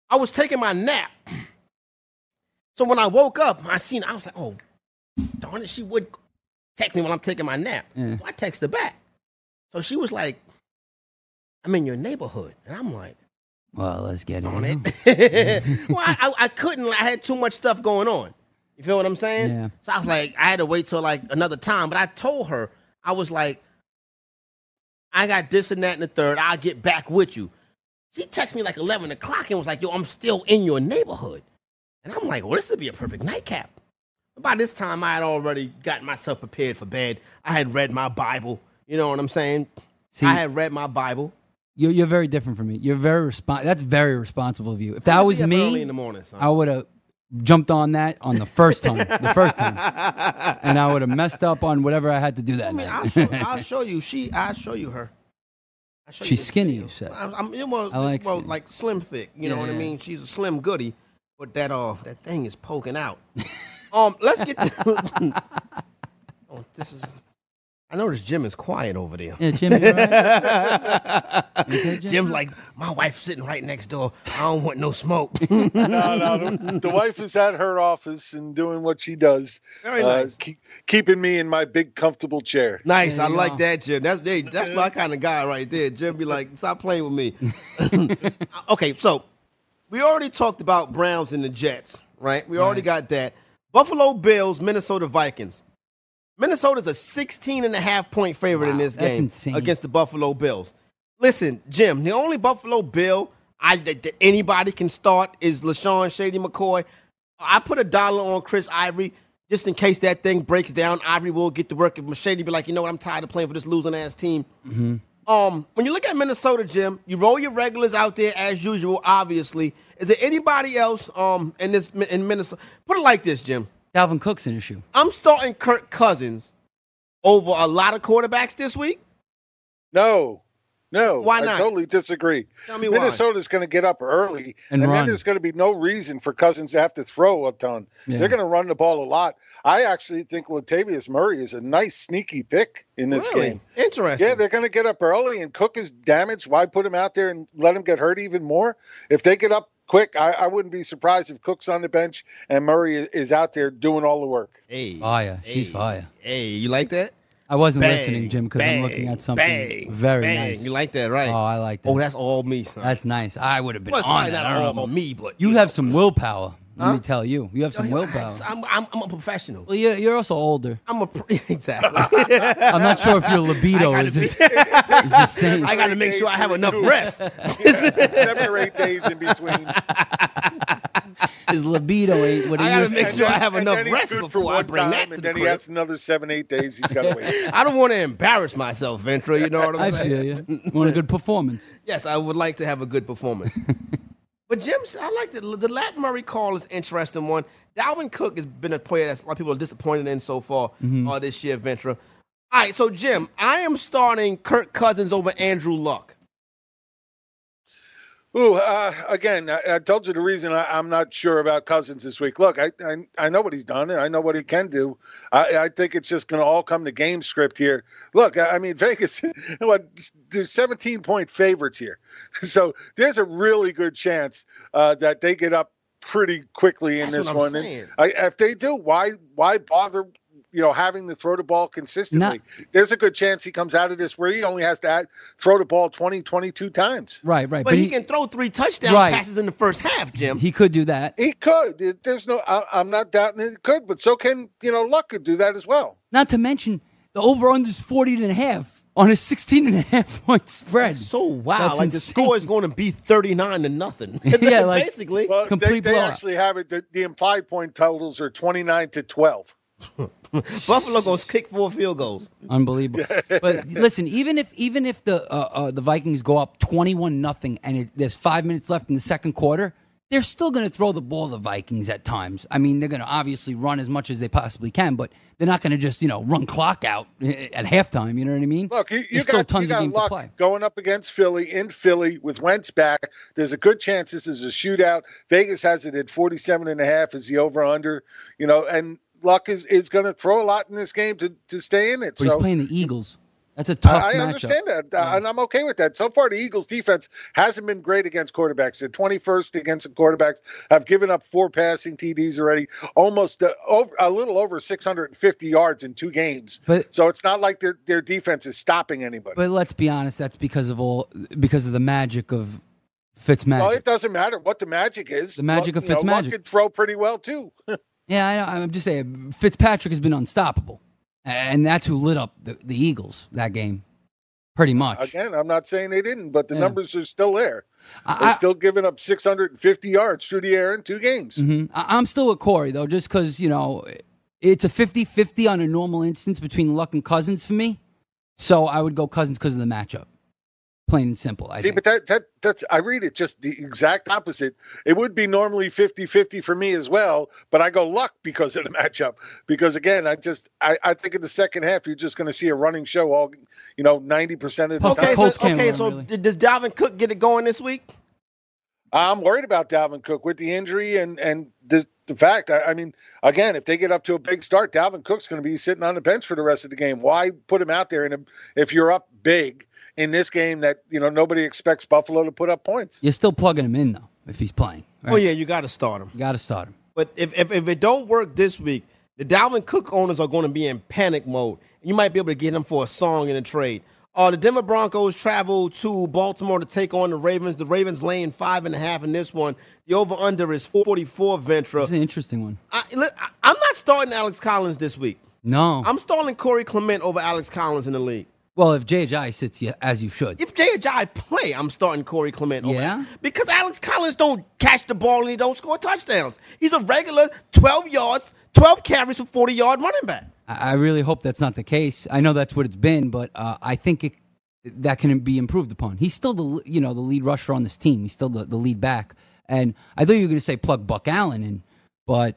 [SPEAKER 3] I was taking my nap. So when I woke up, I seen, I was like, oh, darn it, she would text me when I'm taking my nap.
[SPEAKER 4] Yeah.
[SPEAKER 3] So I text her back. So she was like, I'm in your neighborhood. And I'm like,
[SPEAKER 4] Well, let's get it
[SPEAKER 3] on
[SPEAKER 4] now.
[SPEAKER 3] it. well, I, I, I couldn't. I had too much stuff going on. You feel what I'm saying?
[SPEAKER 4] Yeah.
[SPEAKER 3] So I was like, I had to wait till like another time. But I told her, I was like, I got this and that and the third. I'll get back with you. She texted me like 11 o'clock and was like, Yo, I'm still in your neighborhood. And I'm like, Well, this would be a perfect nightcap. By this time, I had already gotten myself prepared for bed. I had read my Bible. You know what I'm saying?
[SPEAKER 4] See,
[SPEAKER 3] I had read my Bible.
[SPEAKER 4] you're, you're very different from me. You're very respon That's very responsible of you. If
[SPEAKER 3] I
[SPEAKER 4] that
[SPEAKER 3] had to
[SPEAKER 4] was
[SPEAKER 3] be up
[SPEAKER 4] me,
[SPEAKER 3] early in the morning. son.
[SPEAKER 4] I would have jumped on that on the first time, the first time, and I would have messed up on whatever I had to do that
[SPEAKER 3] I mean,
[SPEAKER 4] night.
[SPEAKER 3] I'll show, I'll show you. She, I'll show you her. I'll show
[SPEAKER 4] She's
[SPEAKER 3] this
[SPEAKER 4] skinny,
[SPEAKER 3] video.
[SPEAKER 4] you said.
[SPEAKER 3] I, I'm, you know,
[SPEAKER 4] I like
[SPEAKER 3] like well,
[SPEAKER 4] skinny.
[SPEAKER 3] like slim thick. You know
[SPEAKER 4] Yeah,
[SPEAKER 3] what I
[SPEAKER 4] yeah.
[SPEAKER 3] mean? She's a slim goody, but that uh, that thing is poking out. um, let's get. To, oh, this is. I notice Jim is quiet over there.
[SPEAKER 4] yeah, Jimmy. you all right? Okay, Jim?
[SPEAKER 3] Jim's like, my wife's sitting right next door. I don't want no smoke.
[SPEAKER 6] No, no. The, the wife is at her office and doing what she does.
[SPEAKER 3] Very
[SPEAKER 6] uh,
[SPEAKER 3] nice.
[SPEAKER 6] keep, keeping me in my big comfortable chair.
[SPEAKER 3] Nice,
[SPEAKER 4] There
[SPEAKER 3] I
[SPEAKER 4] you
[SPEAKER 3] like
[SPEAKER 4] go.
[SPEAKER 3] that, Jim. That's they, that's my kind of guy right there. Jim be like, stop playing with me. okay, so we already talked about Browns and the Jets, right? We already got that. Buffalo Bills, Minnesota Vikings. Minnesota's a 16 and a half point favorite in
[SPEAKER 4] Wow,
[SPEAKER 3] this
[SPEAKER 4] that's
[SPEAKER 3] game
[SPEAKER 4] insane.
[SPEAKER 3] against the Buffalo Bills. Listen, Jim, the only Buffalo Bill I that, that anybody can start is LaShawn Shady McCoy. I put a dollar on Chris Ivory just in case that thing breaks down. Ivory will get to work. If Shady be like, you know what, I'm tired of playing for this losing ass team. Um, when you look at Minnesota, Jim, you roll your regulars out there as usual. Obviously, is there anybody else um in this in Minnesota? Put it like this, Jim.
[SPEAKER 4] Dalvin Cook's an issue.
[SPEAKER 3] I'm starting Kirk Cousins over a lot of quarterbacks this week.
[SPEAKER 6] No, no.
[SPEAKER 3] Why not?
[SPEAKER 6] I totally disagree.
[SPEAKER 3] Tell me why.
[SPEAKER 6] Minnesota's going to get up early,
[SPEAKER 4] And
[SPEAKER 6] and,
[SPEAKER 4] run.
[SPEAKER 6] then there's going to be no reason for Cousins to have to throw a ton.
[SPEAKER 4] Yeah.
[SPEAKER 6] They're going to run the ball a lot. I actually think Latavius Murray is a nice sneaky pick in this game.
[SPEAKER 3] Interesting.
[SPEAKER 6] Yeah, they're going to get up early, and Cook is damaged. Why put him out there and let him get hurt even more? If they get up quick, I, I wouldn't be surprised if Cook's on the bench and Murray i- is out there doing all the work.
[SPEAKER 3] hey,
[SPEAKER 4] Fire. She's
[SPEAKER 3] hey,
[SPEAKER 4] fire.
[SPEAKER 3] Hey, you like that?
[SPEAKER 4] I wasn't
[SPEAKER 3] Bang,
[SPEAKER 4] listening, Jim, because I'm looking
[SPEAKER 3] bang,
[SPEAKER 4] at something
[SPEAKER 3] bang,
[SPEAKER 4] very
[SPEAKER 3] bang.
[SPEAKER 4] nice.
[SPEAKER 3] You like that, right?
[SPEAKER 4] Oh, I like that.
[SPEAKER 3] Oh, that's all me, son.
[SPEAKER 4] That's nice. I would have been
[SPEAKER 3] well, it's
[SPEAKER 4] on
[SPEAKER 3] probably
[SPEAKER 4] that.
[SPEAKER 3] not
[SPEAKER 4] I don't
[SPEAKER 3] all
[SPEAKER 4] know.
[SPEAKER 3] me, but
[SPEAKER 4] You
[SPEAKER 3] know.
[SPEAKER 4] have some willpower. Let
[SPEAKER 3] Huh?
[SPEAKER 4] me tell you, you have some willpower.
[SPEAKER 3] I'm, I'm, I'm a professional.
[SPEAKER 4] Well, you're, you're also older.
[SPEAKER 3] I'm a pro- exactly.
[SPEAKER 4] I'm not sure if your libido
[SPEAKER 3] I gotta
[SPEAKER 4] is, is the same.
[SPEAKER 3] I got to make sure I have enough rest.
[SPEAKER 6] Seven or eight days in between.
[SPEAKER 4] His libido ain't what it
[SPEAKER 3] I gotta
[SPEAKER 4] used
[SPEAKER 3] make
[SPEAKER 4] to
[SPEAKER 3] sure
[SPEAKER 4] be.
[SPEAKER 3] I have
[SPEAKER 6] and
[SPEAKER 3] enough
[SPEAKER 6] then he's
[SPEAKER 3] rest
[SPEAKER 6] good
[SPEAKER 3] before I
[SPEAKER 6] one
[SPEAKER 3] bring that to
[SPEAKER 6] and
[SPEAKER 3] the
[SPEAKER 6] then he
[SPEAKER 3] crib.
[SPEAKER 6] has another seven, eight days he's got to wait.
[SPEAKER 3] I don't want to embarrass myself, Ventra. You know what I'm
[SPEAKER 4] I
[SPEAKER 3] saying?
[SPEAKER 4] feel you. Want a good performance?
[SPEAKER 3] Yes, I would like to have a good performance. but Jim's, I like the the Lat Murray call is an interesting one. Dalvin Cook has been a player that a lot of people are disappointed in so far
[SPEAKER 4] Mm-hmm.
[SPEAKER 3] uh, this year, Ventra. All right, so Jim, I am starting Kirk Cousins over Andrew Luck.
[SPEAKER 6] Ooh, uh, again, I, I told you the reason I, I'm not sure about Cousins this week. Look, I, I I know what he's done and I know what he can do. I, I think it's just going to all come to game script here. Look, I, I mean, Vegas, what, there's 17 point favorites here. So there's a really good chance uh, that they get up pretty quickly in
[SPEAKER 3] That's
[SPEAKER 6] this
[SPEAKER 3] what I'm
[SPEAKER 6] one. And
[SPEAKER 3] saying.
[SPEAKER 6] I, if they do, why why bother? You know, having to throw the ball consistently. There's a good chance he comes out of this where he only has to act, throw the ball 20, 22 times.
[SPEAKER 4] Right, right.
[SPEAKER 3] But, he, can throw three touchdown
[SPEAKER 4] Right.
[SPEAKER 3] passes in the first half, Jim.
[SPEAKER 4] He could do that.
[SPEAKER 6] He could. It- There's no. I, I'm not doubting it could, but so can you know Luck could do that as well.
[SPEAKER 4] Not to mention the over under is 40 and a half on a 16 and a half point spread.
[SPEAKER 3] so wow,
[SPEAKER 4] That's
[SPEAKER 3] like the
[SPEAKER 4] insane.
[SPEAKER 3] score is going to be 39 to nothing.
[SPEAKER 4] Yeah, like-
[SPEAKER 3] basically.
[SPEAKER 6] Well,
[SPEAKER 4] Complete
[SPEAKER 6] they, they
[SPEAKER 4] blowout.
[SPEAKER 6] actually have it. The, the implied point totals are 29 to 12.
[SPEAKER 3] Buffalo gonna kick four field goals.
[SPEAKER 4] Unbelievable. but listen, even if even if the uh, uh, the Vikings go up twenty one nothing and it, there's five minutes left in the second quarter, they're still going to throw the ball to the Vikings at times. I mean, they're going to obviously run as much as they possibly can, but they're not going to just you know run clock out eh, at halftime. You know what I mean?
[SPEAKER 6] Look, you, you
[SPEAKER 4] There's
[SPEAKER 6] got,
[SPEAKER 4] still tons
[SPEAKER 6] you got
[SPEAKER 4] of game to
[SPEAKER 6] luck
[SPEAKER 4] play.
[SPEAKER 6] going up against Philly in Philly with Wentz back. There's a good chance this is a shootout. Vegas has it at 47 and a half as the over under, you know, and luck is, is going to throw a lot in this game to, to stay in it.
[SPEAKER 4] But he's
[SPEAKER 6] so
[SPEAKER 4] playing the Eagles. That's a tough
[SPEAKER 6] I
[SPEAKER 4] matchup.
[SPEAKER 6] understand that, uh, and I'm okay with that. So far, the Eagles' defense hasn't been great against quarterbacks. They're 21st against the quarterbacks. Have given up four passing TDs already, almost uh, over, a little over 650 yards in two games.
[SPEAKER 4] But-
[SPEAKER 6] so it's not like their their defense is stopping anybody.
[SPEAKER 4] But let's be honest, that's because of all because of the magic of Fitz magic.
[SPEAKER 6] well, it doesn't matter what the magic is.
[SPEAKER 4] The magic of
[SPEAKER 6] Luck- you know, Luck
[SPEAKER 4] Fitzmagic.
[SPEAKER 6] can throw pretty well too.
[SPEAKER 4] Yeah, I know. I'm just saying, Fitzpatrick has been unstoppable, and that's who lit up the, the Eagles that game, pretty much.
[SPEAKER 6] Again, I'm not saying they didn't, but the
[SPEAKER 4] Yeah.
[SPEAKER 6] numbers are still there. They're
[SPEAKER 4] I,
[SPEAKER 6] still giving up 650 yards through the air in two games.
[SPEAKER 4] mm-hmm. I, am still with Corey though, just because you know it's a 50-50 on a normal instance between Luck and Cousins for me. So I would go Cousins because of the matchup, plain and simple. I
[SPEAKER 6] See,
[SPEAKER 4] think.
[SPEAKER 6] but that, that that's I read it just the exact opposite. It would be normally 50-50 for me as well, but I go luck because of the matchup. Because again, I just I, I think in the second half you're just gonna see a running show all you know, ninety percent of the
[SPEAKER 4] Plus the
[SPEAKER 3] Okay,
[SPEAKER 6] time.
[SPEAKER 3] so,
[SPEAKER 4] Colts can't
[SPEAKER 3] okay,
[SPEAKER 4] run,
[SPEAKER 3] so
[SPEAKER 4] really.
[SPEAKER 3] d- does Dalvin Cook get it going this week?
[SPEAKER 6] I'm worried about Dalvin Cook with the injury and and the, the fact I, I mean, again, if they get up to a big start, Dalvin Cook's gonna be sitting on the bench for the rest of the game. Why put him out there in a, if you're up big in this game that you know nobody expects Buffalo to put up points?
[SPEAKER 4] You're still plugging him in though if he's playing. Right?
[SPEAKER 3] Oh yeah, you got to start him.
[SPEAKER 4] you got to start him.
[SPEAKER 3] But if, if if it don't work this week, the Dalvin Cook owners are going to be in panic mode. You might be able to get him for a song in a trade. Uh, the Denver Broncos travel to Baltimore to take on the Ravens. The Ravens laying five and a half in this one. The over under is 44
[SPEAKER 4] It's
[SPEAKER 3] Ventra.
[SPEAKER 4] an interesting one.
[SPEAKER 3] I, li- I- I'm not starting Alex Collins this week.
[SPEAKER 4] No,
[SPEAKER 3] I'm starting Corey Clement over Alex Collins in the league.
[SPEAKER 4] well if JJ sits you as you should,
[SPEAKER 3] If Jay Ajayi play, I'm starting Corey Clement. over
[SPEAKER 4] Yeah?
[SPEAKER 3] him. Because Alex Collins don't catch the ball and he don't score touchdowns. He's a regular 12 yards, 12 carries for 40 yard running back.
[SPEAKER 4] I I really hope that's not the case. I know that's what it's been, but uh, I think it, that can be improved upon. He's still the l- you know the lead rusher on this team. He's still the, the lead back, and I thought you were going to say plug Buck Allen in, but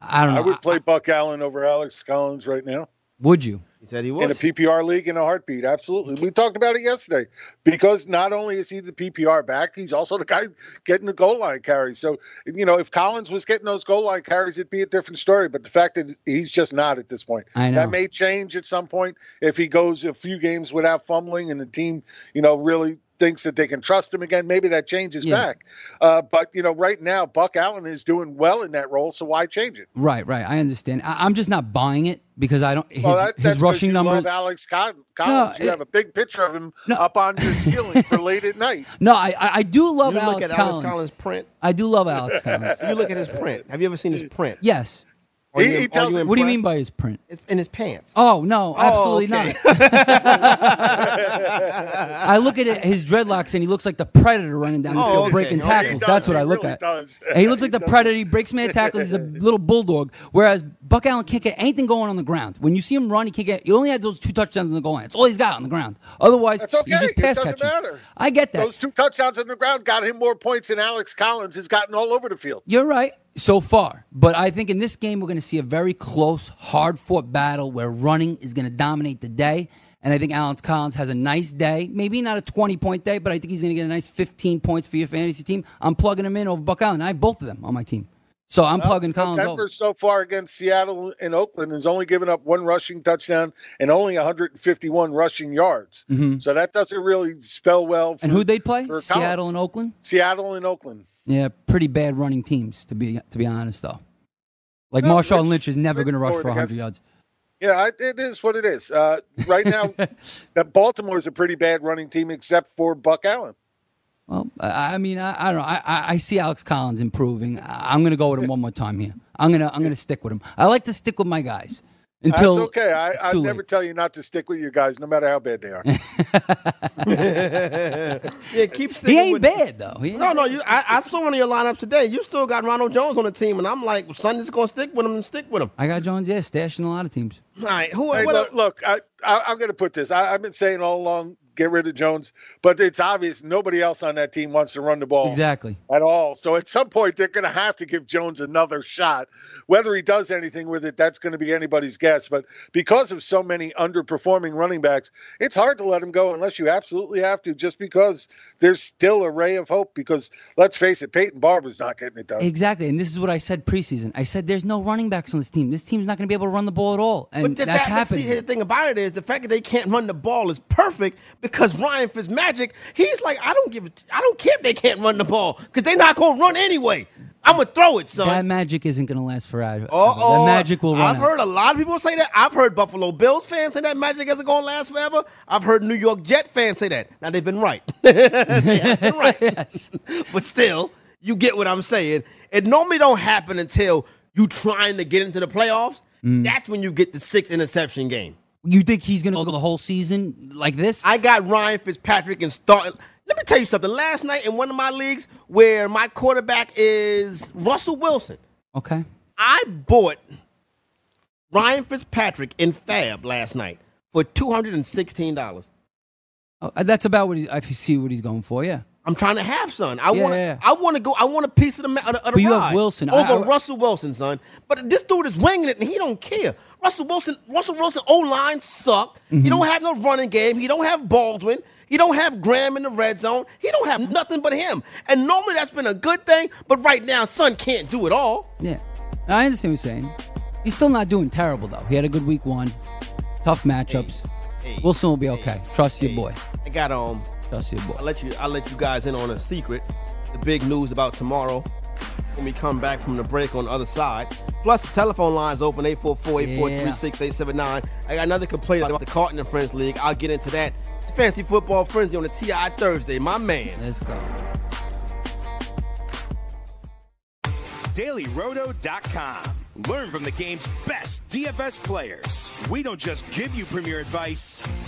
[SPEAKER 4] I don't know.
[SPEAKER 6] I would play
[SPEAKER 4] I-
[SPEAKER 6] Buck Allen over Alex Collins right now.
[SPEAKER 4] would you?
[SPEAKER 3] He said he
[SPEAKER 6] in a
[SPEAKER 3] was.
[SPEAKER 6] PPR league in a heartbeat. Absolutely. We talked about it yesterday because not only is he the PPR back, he's also the guy getting the goal line carries. So, you know, if Collins was getting those goal line carries, it'd be a different story. But the fact that he's just not at this point,
[SPEAKER 4] I know.
[SPEAKER 6] that may change at some point if he goes a few games without fumbling and the team, you know, really thinks that they can trust him again. Maybe that changes
[SPEAKER 4] Yeah.
[SPEAKER 6] back. Uh, but, you know, right now, Buck Allen is doing well in that role. So why change it?
[SPEAKER 4] Right, right. I understand. I, I'm just not buying it because I don't. His,
[SPEAKER 6] Well, that,
[SPEAKER 4] his
[SPEAKER 6] that's
[SPEAKER 4] rushing
[SPEAKER 6] rushing you
[SPEAKER 4] numbers.
[SPEAKER 6] Love Alex Col- Collins. you
[SPEAKER 4] it-
[SPEAKER 6] have a big picture of him
[SPEAKER 4] No.
[SPEAKER 6] up on your ceiling for late at night.
[SPEAKER 4] No, I I I do love
[SPEAKER 3] you
[SPEAKER 4] Alex,
[SPEAKER 3] look at
[SPEAKER 4] Collins.
[SPEAKER 3] Alex Collins' print.
[SPEAKER 4] I do love Alex Collins.
[SPEAKER 3] You look at his print. Have you ever seen his print?
[SPEAKER 4] yes.
[SPEAKER 3] Are
[SPEAKER 6] He- he
[SPEAKER 3] are
[SPEAKER 6] tells him-
[SPEAKER 4] What do you
[SPEAKER 3] impressed?
[SPEAKER 4] mean by his print?
[SPEAKER 3] It's in his pants?
[SPEAKER 4] Oh no, absolutely
[SPEAKER 3] okay.
[SPEAKER 4] not. I look at it, his dreadlocks and he looks like the predator running down the
[SPEAKER 3] Oh,
[SPEAKER 4] field
[SPEAKER 3] okay.
[SPEAKER 4] breaking
[SPEAKER 3] No, he
[SPEAKER 4] tackles.
[SPEAKER 6] does.
[SPEAKER 4] That's what
[SPEAKER 6] He
[SPEAKER 4] I look
[SPEAKER 6] really
[SPEAKER 4] at.
[SPEAKER 6] does.
[SPEAKER 4] And he looks like the
[SPEAKER 6] He does.
[SPEAKER 4] predator. He breaks man tackles. He's a little bulldog. Whereas Buck Allen can't get anything going on the ground. When you see him run, he can't get. He only had those two touchdowns on the goal line. That's all he's got on the ground. Otherwise,
[SPEAKER 6] That's okay.
[SPEAKER 4] he's just
[SPEAKER 6] It
[SPEAKER 4] pass
[SPEAKER 6] doesn't
[SPEAKER 4] catches.
[SPEAKER 6] matter.
[SPEAKER 4] I get that.
[SPEAKER 6] Those two touchdowns on the ground got him more points than Alex Collins has gotten all over the field.
[SPEAKER 4] You're right so far, but I think in this game we're going to see a very close, hard-fought battle where running is going to dominate the day. And I think Alex Collins has a nice day, maybe not a 20-point day, but I think he's going to get a nice 15 points for your fantasy team. I'm plugging him in over Buck Allen. I have both of them on my team, so I'm plugging Collins
[SPEAKER 6] Denver
[SPEAKER 4] over.
[SPEAKER 6] so far against Seattle and Oakland has only given up one rushing touchdown and only 151 rushing yards. So that doesn't really spell well.
[SPEAKER 4] Mm-hmm.
[SPEAKER 6] For,
[SPEAKER 4] And who they play?
[SPEAKER 6] for Collins.
[SPEAKER 4] Seattle and Oakland.
[SPEAKER 6] Seattle and Oakland.
[SPEAKER 4] Yeah, pretty bad running teams to be to be honest, though. Like
[SPEAKER 6] No,
[SPEAKER 4] Marshawn
[SPEAKER 6] Rich-
[SPEAKER 4] Lynch is never
[SPEAKER 6] Rich
[SPEAKER 4] going to rush
[SPEAKER 6] Ford
[SPEAKER 4] for 100
[SPEAKER 6] against-
[SPEAKER 4] yards.
[SPEAKER 6] Yeah, I, it is what it is. Uh, right now, that Baltimore is a pretty bad running team except for Buck Allen.
[SPEAKER 4] Well, I I mean, I, I don't know. I, I I see Alex Collins improving. I- I'm going to go with him one more time here. I'm going to I'm going to stick with him. I like to stick with my guys. until
[SPEAKER 6] That's okay. I,
[SPEAKER 4] it's
[SPEAKER 6] I
[SPEAKER 4] too
[SPEAKER 6] never
[SPEAKER 4] late.
[SPEAKER 6] tell you not to stick with you guys, no matter how bad they are.
[SPEAKER 3] yeah, keep sticking
[SPEAKER 4] He ain't
[SPEAKER 3] with-
[SPEAKER 4] bad though. He ain't-
[SPEAKER 3] No, no, you, I, I saw one of your lineups today. You still got Ronald Jones on the team, and I'm like, son, just gonna stick with him and stick with him.
[SPEAKER 4] I got Jones. Yeah, stashing a lot of teams.
[SPEAKER 3] All right, who?
[SPEAKER 6] Hey,
[SPEAKER 3] what
[SPEAKER 6] look,
[SPEAKER 3] up?
[SPEAKER 6] look, I, I, I'm going to put this. I, I've been saying all along, get rid of Jones, but it's obvious nobody else on that team wants to run the
[SPEAKER 3] Oh.
[SPEAKER 6] ball
[SPEAKER 4] Exactly.
[SPEAKER 6] at all. So at some point, they're going to have to give Jones another shot. Whether he does anything with it, that's going to be anybody's guess. But because of so many underperforming running backs, it's hard to let him go unless you absolutely have to, just because there's still a ray of hope. Because let's face it, Peyton Barber's not getting it done.
[SPEAKER 4] Exactly. And this is what I said preseason. I said there's no running backs on this team. This team's not going to be able to run the ball at all. And
[SPEAKER 3] But does
[SPEAKER 4] that's
[SPEAKER 3] that, but
[SPEAKER 4] happening.
[SPEAKER 3] See, here's the thing about it is the fact that they can't run the ball is perfect because Ryan Fitzmagic, he's like, I don't give, a, I don't care if they can't run the ball because they're not gonna run anyway. I'm gonna throw it, son.
[SPEAKER 4] that magic isn't going to last forever.
[SPEAKER 3] Uh-oh.
[SPEAKER 4] The magic will run
[SPEAKER 3] I've
[SPEAKER 4] out.
[SPEAKER 3] heard a lot of people say that. I've heard Buffalo Bills fans say that magic isn't going to last forever. I've heard New York Jet fans say that. Now they've been right. they have been right. But still, you get what I'm saying. It normally don't happen until you trying to get into the playoffs.
[SPEAKER 4] Mm.
[SPEAKER 3] That's when you get the six interception game.
[SPEAKER 4] You think he's going to go the whole season like this?
[SPEAKER 3] I got Ryan Fitzpatrick and starting. Let me tell you something. Last night in one of my leagues where my quarterback is Russell Wilson.
[SPEAKER 4] okay.
[SPEAKER 3] I bought Ryan Fitzpatrick in Fab last night for two hundred and sixteen dollars.
[SPEAKER 4] Oh, that's about what he, I see what he's going for. Yeah.
[SPEAKER 3] I'm trying to have son. I
[SPEAKER 4] Yeah,
[SPEAKER 3] want.
[SPEAKER 4] yeah.
[SPEAKER 3] to I want to go. I want a piece of the ma- of the, of the
[SPEAKER 4] But you have
[SPEAKER 3] ride
[SPEAKER 4] Wilson. I-
[SPEAKER 3] over
[SPEAKER 4] I-
[SPEAKER 3] Russell Wilson, son. But this dude is winging it, and he don't care. Russell Wilson. Russell Wilson. O line suck.
[SPEAKER 4] Mm-hmm.
[SPEAKER 3] He don't have no running game. He don't have Baldwin. He don't have Graham in the red zone. He don't have nothing but him. And normally that's been a good thing, but right now, son can't do it all.
[SPEAKER 4] Yeah. I understand what you're saying. He's still not doing terrible, though. He had a good week one. Tough matchups. Wilson will be okay. Trust your boy.
[SPEAKER 3] I got um.
[SPEAKER 4] Trust your
[SPEAKER 3] I'll
[SPEAKER 4] boy.
[SPEAKER 3] let you I'll let you guys in on a secret. The big news about tomorrow when we come back from the break on the other side. Plus the telephone lines open 844-843-6879. I got another complaint about the Carton and Friends League. I'll get into that. It's Fancy Football Frenzy on the TI Thursday, my man.
[SPEAKER 4] Let's go.
[SPEAKER 1] DailyRoto.com. Learn from the game's best DFS players. We don't just give you premier advice,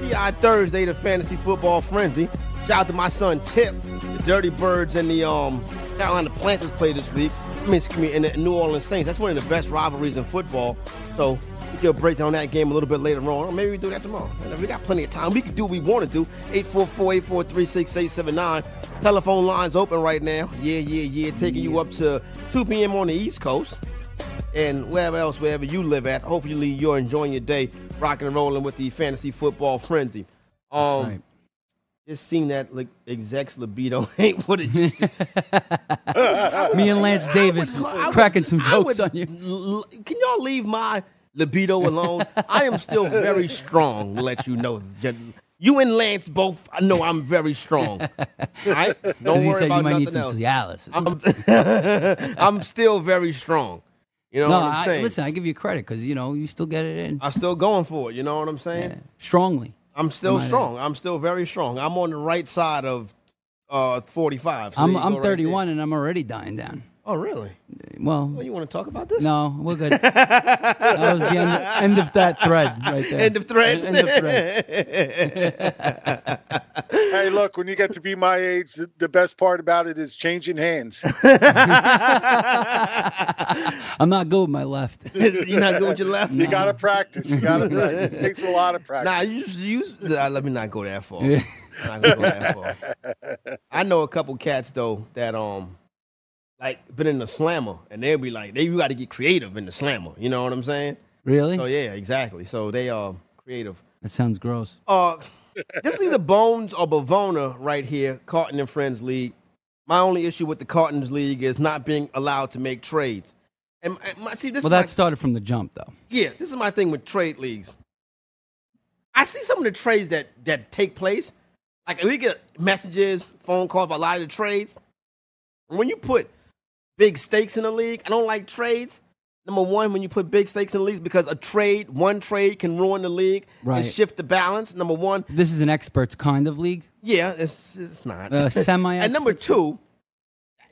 [SPEAKER 3] TI Thursday, the fantasy football frenzy. Shout out to my son Tip. The Dirty Birds and the um Carolina Planters play this week. I mean, excuse me, and the New Orleans Saints. That's one of the best rivalries in football. So we can break down that game a little bit later on, or maybe we do that tomorrow. We got plenty of time. We can do what we want to do. 844-843-6879. Telephone lines open right now. Yeah, yeah, yeah. Taking you up to 2 p.m. on the East Coast and wherever else, wherever you live at. Hopefully, you're enjoying your day, rocking and rolling with the fantasy football frenzy. Um,
[SPEAKER 4] right.
[SPEAKER 3] just seeing that like execs libido ain't what it used to.
[SPEAKER 4] Me and Lance Davis
[SPEAKER 3] I would-
[SPEAKER 4] cracking some
[SPEAKER 3] I
[SPEAKER 4] jokes on
[SPEAKER 3] would-
[SPEAKER 4] you.
[SPEAKER 3] l- l- Can y'all leave my libido alone? I am still very strong. to Let you know, you and Lance both know I'm very strong. All right, don't
[SPEAKER 4] Because he
[SPEAKER 3] worry
[SPEAKER 4] said
[SPEAKER 3] about
[SPEAKER 4] you might
[SPEAKER 3] nothing
[SPEAKER 4] need some
[SPEAKER 3] else.
[SPEAKER 4] Cialis.
[SPEAKER 3] I'm, I'm still very strong. You know
[SPEAKER 4] No,
[SPEAKER 3] what I'm
[SPEAKER 4] I,
[SPEAKER 3] saying?
[SPEAKER 4] listen, I give you credit because, you know, you still get it in
[SPEAKER 3] I'm still going for it. You know what I'm saying?
[SPEAKER 4] Yeah. strongly.
[SPEAKER 3] I'm still
[SPEAKER 4] Might
[SPEAKER 3] strong. I'm still very strong. I'm on the right side of uh 45. so
[SPEAKER 4] I'm,
[SPEAKER 3] there you go
[SPEAKER 4] I'm
[SPEAKER 3] right
[SPEAKER 4] 31
[SPEAKER 3] there.
[SPEAKER 4] and I'm already dying down.
[SPEAKER 3] oh, really? Well,
[SPEAKER 4] Well,
[SPEAKER 3] you want to talk about this?
[SPEAKER 4] no, we're good. that was the end, end of that thread right there.
[SPEAKER 3] End of thread.
[SPEAKER 4] End of thread.
[SPEAKER 6] hey, look, when you get to be my age, the, the best part about it is changing hands.
[SPEAKER 4] I'm not good with my left.
[SPEAKER 3] You're not good with your left.
[SPEAKER 6] You got to practice. You got to practice. It takes a lot of practice.
[SPEAKER 3] Nah, you you nah, let me not go that far. I'm not gonna go that far. I know a couple cats though that um like been in the slammer and they'll be like they you got to get creative in the slammer. You know what I'm saying?
[SPEAKER 4] Really?
[SPEAKER 3] So yeah, exactly. So they are creative.
[SPEAKER 4] That sounds gross.
[SPEAKER 3] Uh, this is either Bones or Bavona right here, Carton and Friends League. My only issue with the Cartons League is not being allowed to make trades. And and my, see, this
[SPEAKER 4] Well,
[SPEAKER 3] is
[SPEAKER 4] that started from the jump, though.
[SPEAKER 3] my, yeah, this is my thing with trade leagues. I see some of the trades that that take place. Like we get messages, phone calls about a lot of the trades. When you put big stakes in the league, I don't like trades. Number one, when you put big stakes in the league, because a trade, one trade can ruin the league
[SPEAKER 4] Right.
[SPEAKER 3] and shift the balance. Number one,
[SPEAKER 4] This is an experts kind of league.
[SPEAKER 3] yeah, it's it's not
[SPEAKER 4] Uh, semi-
[SPEAKER 3] and number two,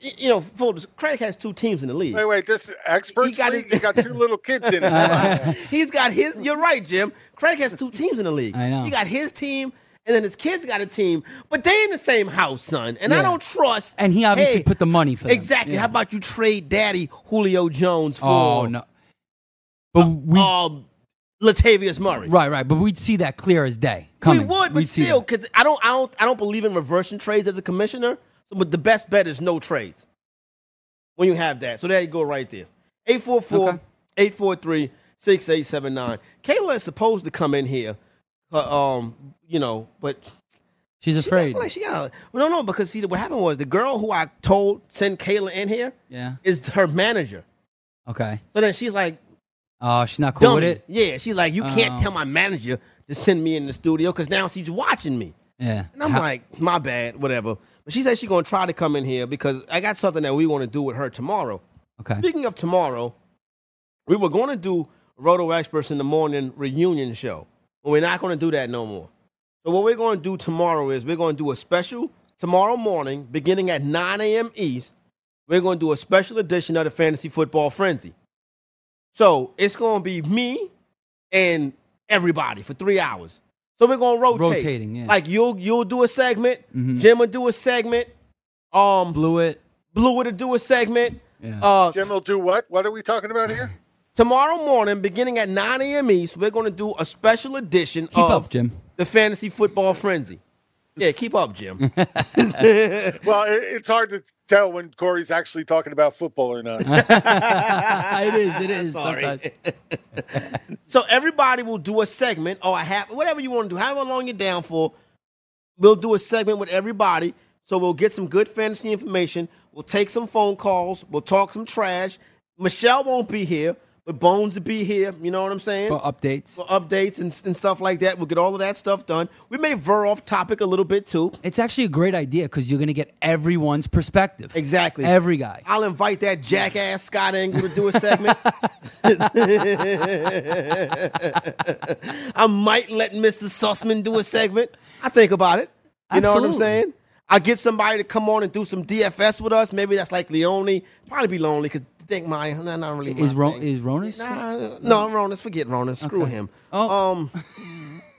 [SPEAKER 3] y- you know, full dis- Craig has two teams in the league.
[SPEAKER 6] Wait, wait, this experts
[SPEAKER 3] got
[SPEAKER 6] league,
[SPEAKER 3] his-
[SPEAKER 6] you got two little kids in it.
[SPEAKER 3] He's got his. You're right, Jim. Craig has two teams in the league.
[SPEAKER 4] I know.
[SPEAKER 3] He got his team, and then his kids got a team, but they in the same house, son. And I
[SPEAKER 4] Yeah.
[SPEAKER 3] don't trust.
[SPEAKER 4] And he obviously
[SPEAKER 3] hey,
[SPEAKER 4] put the money for them.
[SPEAKER 3] exactly.
[SPEAKER 4] Yeah.
[SPEAKER 3] How about you trade Daddy Julio Jones for
[SPEAKER 4] Oh no. But we
[SPEAKER 3] um, Latavius Murray?
[SPEAKER 4] right, right. But we'd see that clear as day.
[SPEAKER 3] We
[SPEAKER 4] Coming.
[SPEAKER 3] would, but
[SPEAKER 4] We'd see
[SPEAKER 3] still,
[SPEAKER 4] that.
[SPEAKER 3] because I don't, I don't, I don't believe in reversing trades as a commissioner. But the best bet is no trades when you have that. So there you go, right there. 844-843-6879. Kayla is supposed to come in here, uh, um, you know, but
[SPEAKER 4] she's
[SPEAKER 3] she
[SPEAKER 4] afraid.
[SPEAKER 3] act Like she got, well, no, no, because see, what happened was the girl who I told send Kayla in here
[SPEAKER 4] yeah.
[SPEAKER 3] is her manager.
[SPEAKER 4] Okay.
[SPEAKER 3] So then she's like,
[SPEAKER 4] Oh, she's not cool with
[SPEAKER 3] dummy.
[SPEAKER 4] it.
[SPEAKER 3] yeah, she's like, you can't
[SPEAKER 4] Oh.
[SPEAKER 3] tell my manager to send me in the studio because now she's watching me.
[SPEAKER 4] Yeah.
[SPEAKER 3] And I'm
[SPEAKER 4] How-
[SPEAKER 3] like, my bad, whatever. But she said she's gonna try to come in here because I got something that we want to do with her tomorrow.
[SPEAKER 4] okay.
[SPEAKER 3] Speaking of tomorrow, we were gonna do Roto Experts in the morning reunion show. But we're not gonna do that no more. So what we're gonna do tomorrow is we're gonna do a special tomorrow morning, beginning at 9 a.m. East. We're gonna do a special edition of the Fantasy Football Frenzy. So it's gonna be me and everybody for three hours. So we're gonna rotate.
[SPEAKER 4] Rotating, yeah. Mm-hmm.
[SPEAKER 3] Like you'll you'll do a segment, Jim will do a segment, um
[SPEAKER 4] Blew it.
[SPEAKER 3] Blue will do a segment.
[SPEAKER 4] Yeah.
[SPEAKER 3] Uh,
[SPEAKER 6] Jim will do what? What are we talking about here?
[SPEAKER 3] tomorrow morning, beginning at 9 a.m. East, we're going to do a special edition
[SPEAKER 4] Keep
[SPEAKER 3] of
[SPEAKER 4] up, Jim.
[SPEAKER 3] the Fantasy Football Frenzy. Yeah, keep up, Jim.
[SPEAKER 6] Well, it, it's hard to tell when Corey's actually talking about football or not.
[SPEAKER 4] it is. It is.
[SPEAKER 3] Sorry.
[SPEAKER 4] Sometimes.
[SPEAKER 3] so everybody will do a segment or a half, whatever you want to do, however long you're down for. We'll do a segment with everybody. So we'll get some good fantasy information. We'll take some phone calls. We'll talk some trash. Michelle won't be here, but Bones will be here. You know what I'm saying?
[SPEAKER 4] For updates.
[SPEAKER 3] for updates and, and stuff like that. We'll get all of that stuff done. We may veer off topic a little bit too.
[SPEAKER 4] It's actually a great idea because you're going to get everyone's perspective.
[SPEAKER 3] Exactly.
[SPEAKER 4] Every guy.
[SPEAKER 3] I'll invite that jackass Scott Angle to do a segment. I might let Mr. Sussman do a segment. I think about it. You know what I'm
[SPEAKER 4] Absolutely.
[SPEAKER 3] saying? I get somebody to come on and do some DFS with us. Maybe that's like Leone. Probably be lonely because think my nah, not really my
[SPEAKER 4] Is Ro-
[SPEAKER 3] thing.
[SPEAKER 4] is Ronas?
[SPEAKER 3] Nah, no, Ronas. Forget Ronas. Screw him.
[SPEAKER 4] Oh.
[SPEAKER 3] Um,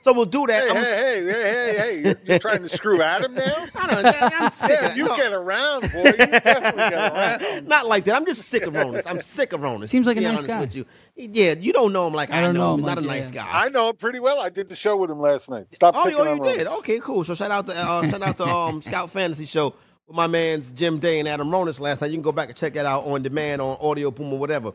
[SPEAKER 3] so we'll do that.
[SPEAKER 6] hey,
[SPEAKER 3] I'm-
[SPEAKER 6] hey, hey, hey, hey, hey! You're, you're trying to screw Adam now?
[SPEAKER 3] I don't know. I'm sick
[SPEAKER 6] Yeah,
[SPEAKER 3] of
[SPEAKER 6] you
[SPEAKER 3] no,
[SPEAKER 6] get around, boy. You definitely get around.
[SPEAKER 3] Not like that. I'm just sick of Ronas. I'm sick of Ronas.
[SPEAKER 4] Seems like a
[SPEAKER 3] to be
[SPEAKER 4] nice
[SPEAKER 3] honest
[SPEAKER 4] guy.
[SPEAKER 3] With you. Yeah, you don't know him like I,
[SPEAKER 4] don't know
[SPEAKER 3] him.
[SPEAKER 4] him,
[SPEAKER 3] Not
[SPEAKER 4] like,
[SPEAKER 3] a nice
[SPEAKER 4] yeah.
[SPEAKER 3] guy.
[SPEAKER 6] I know him pretty well. I did the show with him last night. Stop
[SPEAKER 3] oh,
[SPEAKER 6] picking
[SPEAKER 3] oh,
[SPEAKER 6] on
[SPEAKER 3] you did.
[SPEAKER 6] Ronas.
[SPEAKER 3] Okay, cool. So shout out to uh, shout out to um, Scout Fantasy Show with my man's Jim Day and Adam Ronas last night. You can go back and check that out on demand on Audio Boom or whatever.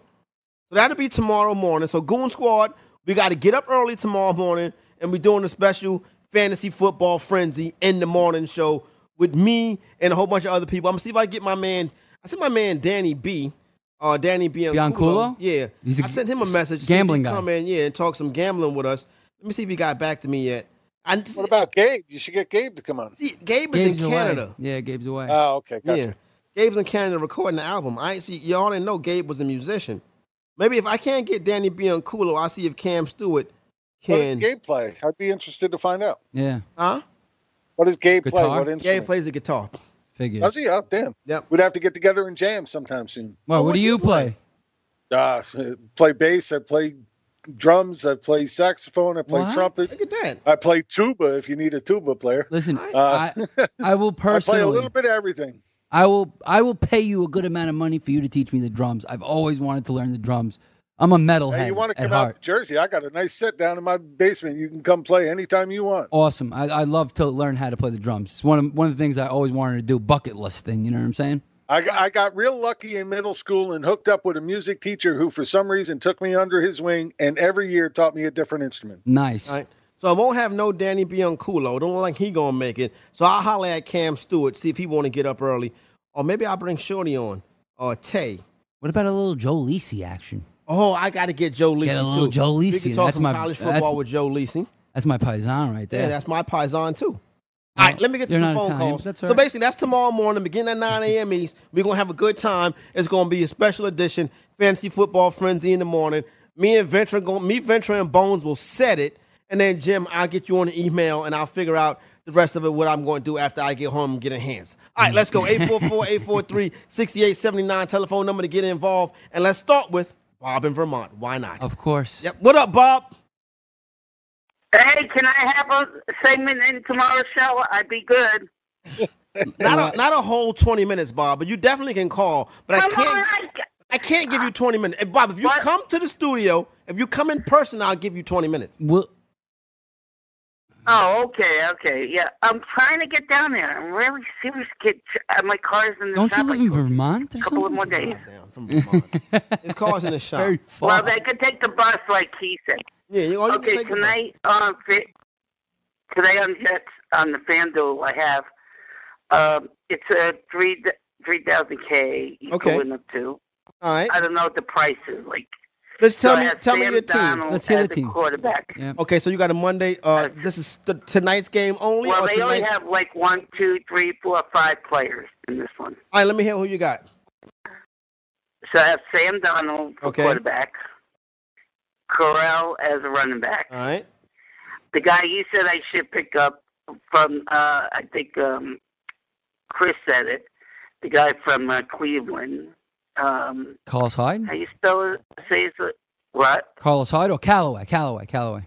[SPEAKER 3] So that'll be tomorrow morning. So Goon Squad, we got to get up early tomorrow morning, and we're doing a special fantasy football frenzy in the morning show with me and a whole bunch of other people. I'm gonna see if I get my man. I see my man Danny B. Uh, Danny B.
[SPEAKER 4] Bianculo?
[SPEAKER 3] Yeah,
[SPEAKER 4] He's a
[SPEAKER 3] I sent him a
[SPEAKER 4] g-
[SPEAKER 3] message. to see if
[SPEAKER 4] gambling
[SPEAKER 3] he'd
[SPEAKER 4] guy.
[SPEAKER 3] Come in, yeah, and talk some gambling with us. Let me see if he got back to me yet. I,
[SPEAKER 6] What about Gabe? You should get Gabe to come on.
[SPEAKER 3] see, Gabe is
[SPEAKER 4] Gabe's
[SPEAKER 3] in
[SPEAKER 4] away.
[SPEAKER 3] Canada. Uh,
[SPEAKER 4] Yeah, Gabe's away.
[SPEAKER 6] Oh, okay, gotcha.
[SPEAKER 3] Yeah, Gabe's in Canada recording the album. I ain't see y'all didn't know Gabe was a musician. Maybe if I can't get Danny Bianculo, I'll see if Cam Stewart
[SPEAKER 6] What does
[SPEAKER 3] can.
[SPEAKER 6] Gabe play? I'd be interested to find out.
[SPEAKER 4] yeah.
[SPEAKER 3] Huh?
[SPEAKER 6] What does Gabe play?
[SPEAKER 4] Guitar?
[SPEAKER 6] What
[SPEAKER 3] Gabe
[SPEAKER 6] instrument?
[SPEAKER 3] plays the guitar.
[SPEAKER 4] Figures.
[SPEAKER 6] Does he? Oh, damn.
[SPEAKER 3] Yep.
[SPEAKER 6] We'd have to get together and jam sometime soon.
[SPEAKER 4] well, what
[SPEAKER 3] what
[SPEAKER 4] do
[SPEAKER 3] you
[SPEAKER 4] you play?
[SPEAKER 6] Uh, play bass. I play drums. I play saxophone. I play
[SPEAKER 4] What?
[SPEAKER 6] trumpet.
[SPEAKER 3] Look at that.
[SPEAKER 6] I play tuba if you need a tuba player.
[SPEAKER 4] Listen, I, I will
[SPEAKER 6] I uh, play a
[SPEAKER 4] personally.
[SPEAKER 6] little bit of everything.
[SPEAKER 4] I will I will pay you a good amount of money for you to teach me the drums. I've always wanted to learn the drums. I'm a metalhead
[SPEAKER 6] Hey, you want to
[SPEAKER 4] Oh, at
[SPEAKER 6] come
[SPEAKER 4] heart.
[SPEAKER 6] out to Jersey? I got a nice set down in my basement. You can come play anytime you want.
[SPEAKER 4] awesome. I, I love to learn how to play the drums. It's one of one of the things I always wanted to do. Bucket list thing. You know what I'm saying?
[SPEAKER 6] I got, I got real lucky in middle school and hooked up with a music teacher who, for some reason, took me under his wing and every year taught me a different instrument.
[SPEAKER 4] Nice.
[SPEAKER 3] All right. So I won't have no Danny Bianculo. Don't look like he gonna make it. So I'll holler at Cam Stewart, see if he wanna get up early. Or maybe I'll bring Shorty on. Or Tay.
[SPEAKER 4] What about a little Joe Lisi action?
[SPEAKER 3] Oh, I gotta get Joe Lisi
[SPEAKER 4] a little
[SPEAKER 3] too.
[SPEAKER 4] Joe
[SPEAKER 3] We
[SPEAKER 4] Lisi.
[SPEAKER 3] can talk
[SPEAKER 4] That's
[SPEAKER 3] some
[SPEAKER 4] my-
[SPEAKER 3] college
[SPEAKER 4] that's-
[SPEAKER 3] football with Joe Lisi.
[SPEAKER 4] That's my paisan right there.
[SPEAKER 3] Yeah, that's my Paisan too. Uh-huh. All right, let me get to
[SPEAKER 4] They're
[SPEAKER 3] some
[SPEAKER 4] not
[SPEAKER 3] phone
[SPEAKER 4] Italian,
[SPEAKER 3] calls.
[SPEAKER 4] but that's all
[SPEAKER 3] so
[SPEAKER 4] right.
[SPEAKER 3] basically, that's tomorrow morning, beginning at 9 a.m. East. We're going to have a good time. It's going to be a special edition, Fantasy Football Frenzy in the morning. Me and Venture, going, me, Venture, and Bones will set it. And then, Jim, I'll get you on the email and I'll figure out the rest of it, what I'm going to do after I get home and get enhanced. All right, let's go.
[SPEAKER 4] Mm-hmm.
[SPEAKER 3] 844-843-6879, telephone number to get involved. And let's start with Bob in Vermont. Why not?
[SPEAKER 4] of course.
[SPEAKER 3] Yep. What up, Bob?
[SPEAKER 7] Hey, can I have a segment in tomorrow's show? I'd be good.
[SPEAKER 3] Not a, not a whole 20 minutes, Bob, but you definitely can call. But I
[SPEAKER 7] Come
[SPEAKER 3] can't...
[SPEAKER 7] on, I,
[SPEAKER 3] I can't give you 20 minutes. Hey, Bob, if you
[SPEAKER 7] What?
[SPEAKER 3] come to the studio, if you come in person, I'll give you 20 minutes.
[SPEAKER 4] Well,
[SPEAKER 7] oh, okay, okay, yeah. I'm trying to get down there. I'm really serious. Get uh, my car's in the
[SPEAKER 4] don't you
[SPEAKER 7] shop.
[SPEAKER 4] live
[SPEAKER 7] I
[SPEAKER 4] in
[SPEAKER 7] told
[SPEAKER 4] Vermont? Or
[SPEAKER 7] A couple of more
[SPEAKER 4] something?
[SPEAKER 7] days.
[SPEAKER 3] Damn, from Vermont. His car's in the shop.
[SPEAKER 4] Very far.
[SPEAKER 7] Well, they could take the bus, like he said.
[SPEAKER 3] yeah, Oh, you, all you
[SPEAKER 7] okay,
[SPEAKER 3] can take
[SPEAKER 7] tonight on today on Jets on the FanDuel I have um, it's a three three thousand k you
[SPEAKER 3] Okay.
[SPEAKER 7] can win up to.
[SPEAKER 3] All right.
[SPEAKER 7] I don't know what the price is like.
[SPEAKER 3] Let's tell
[SPEAKER 7] so I
[SPEAKER 3] me
[SPEAKER 7] have
[SPEAKER 3] tell me
[SPEAKER 7] uh, Sam
[SPEAKER 3] your team.
[SPEAKER 7] Donald
[SPEAKER 4] Let's hear
[SPEAKER 7] as
[SPEAKER 4] the team.
[SPEAKER 7] quarterback.
[SPEAKER 4] Yeah.
[SPEAKER 3] Okay, so you got a Monday. Uh, this is th- tonight's game only.
[SPEAKER 7] Well,
[SPEAKER 3] or
[SPEAKER 7] they only
[SPEAKER 3] tonight's-
[SPEAKER 7] have like one, two, three, four, five players in this one.
[SPEAKER 3] all right, let me hear who you got.
[SPEAKER 7] So I have Sam Donald for
[SPEAKER 3] Okay.
[SPEAKER 7] quarterback, Corral as a running back.
[SPEAKER 3] All right.
[SPEAKER 7] the guy you said I should pick up from uh I think um Chris said it. The guy from uh, Cleveland. Um
[SPEAKER 4] Carlos Hyde?
[SPEAKER 7] how you spell it say it's a, what?
[SPEAKER 4] Carlos Hyde or Callaway? Callaway, Callaway.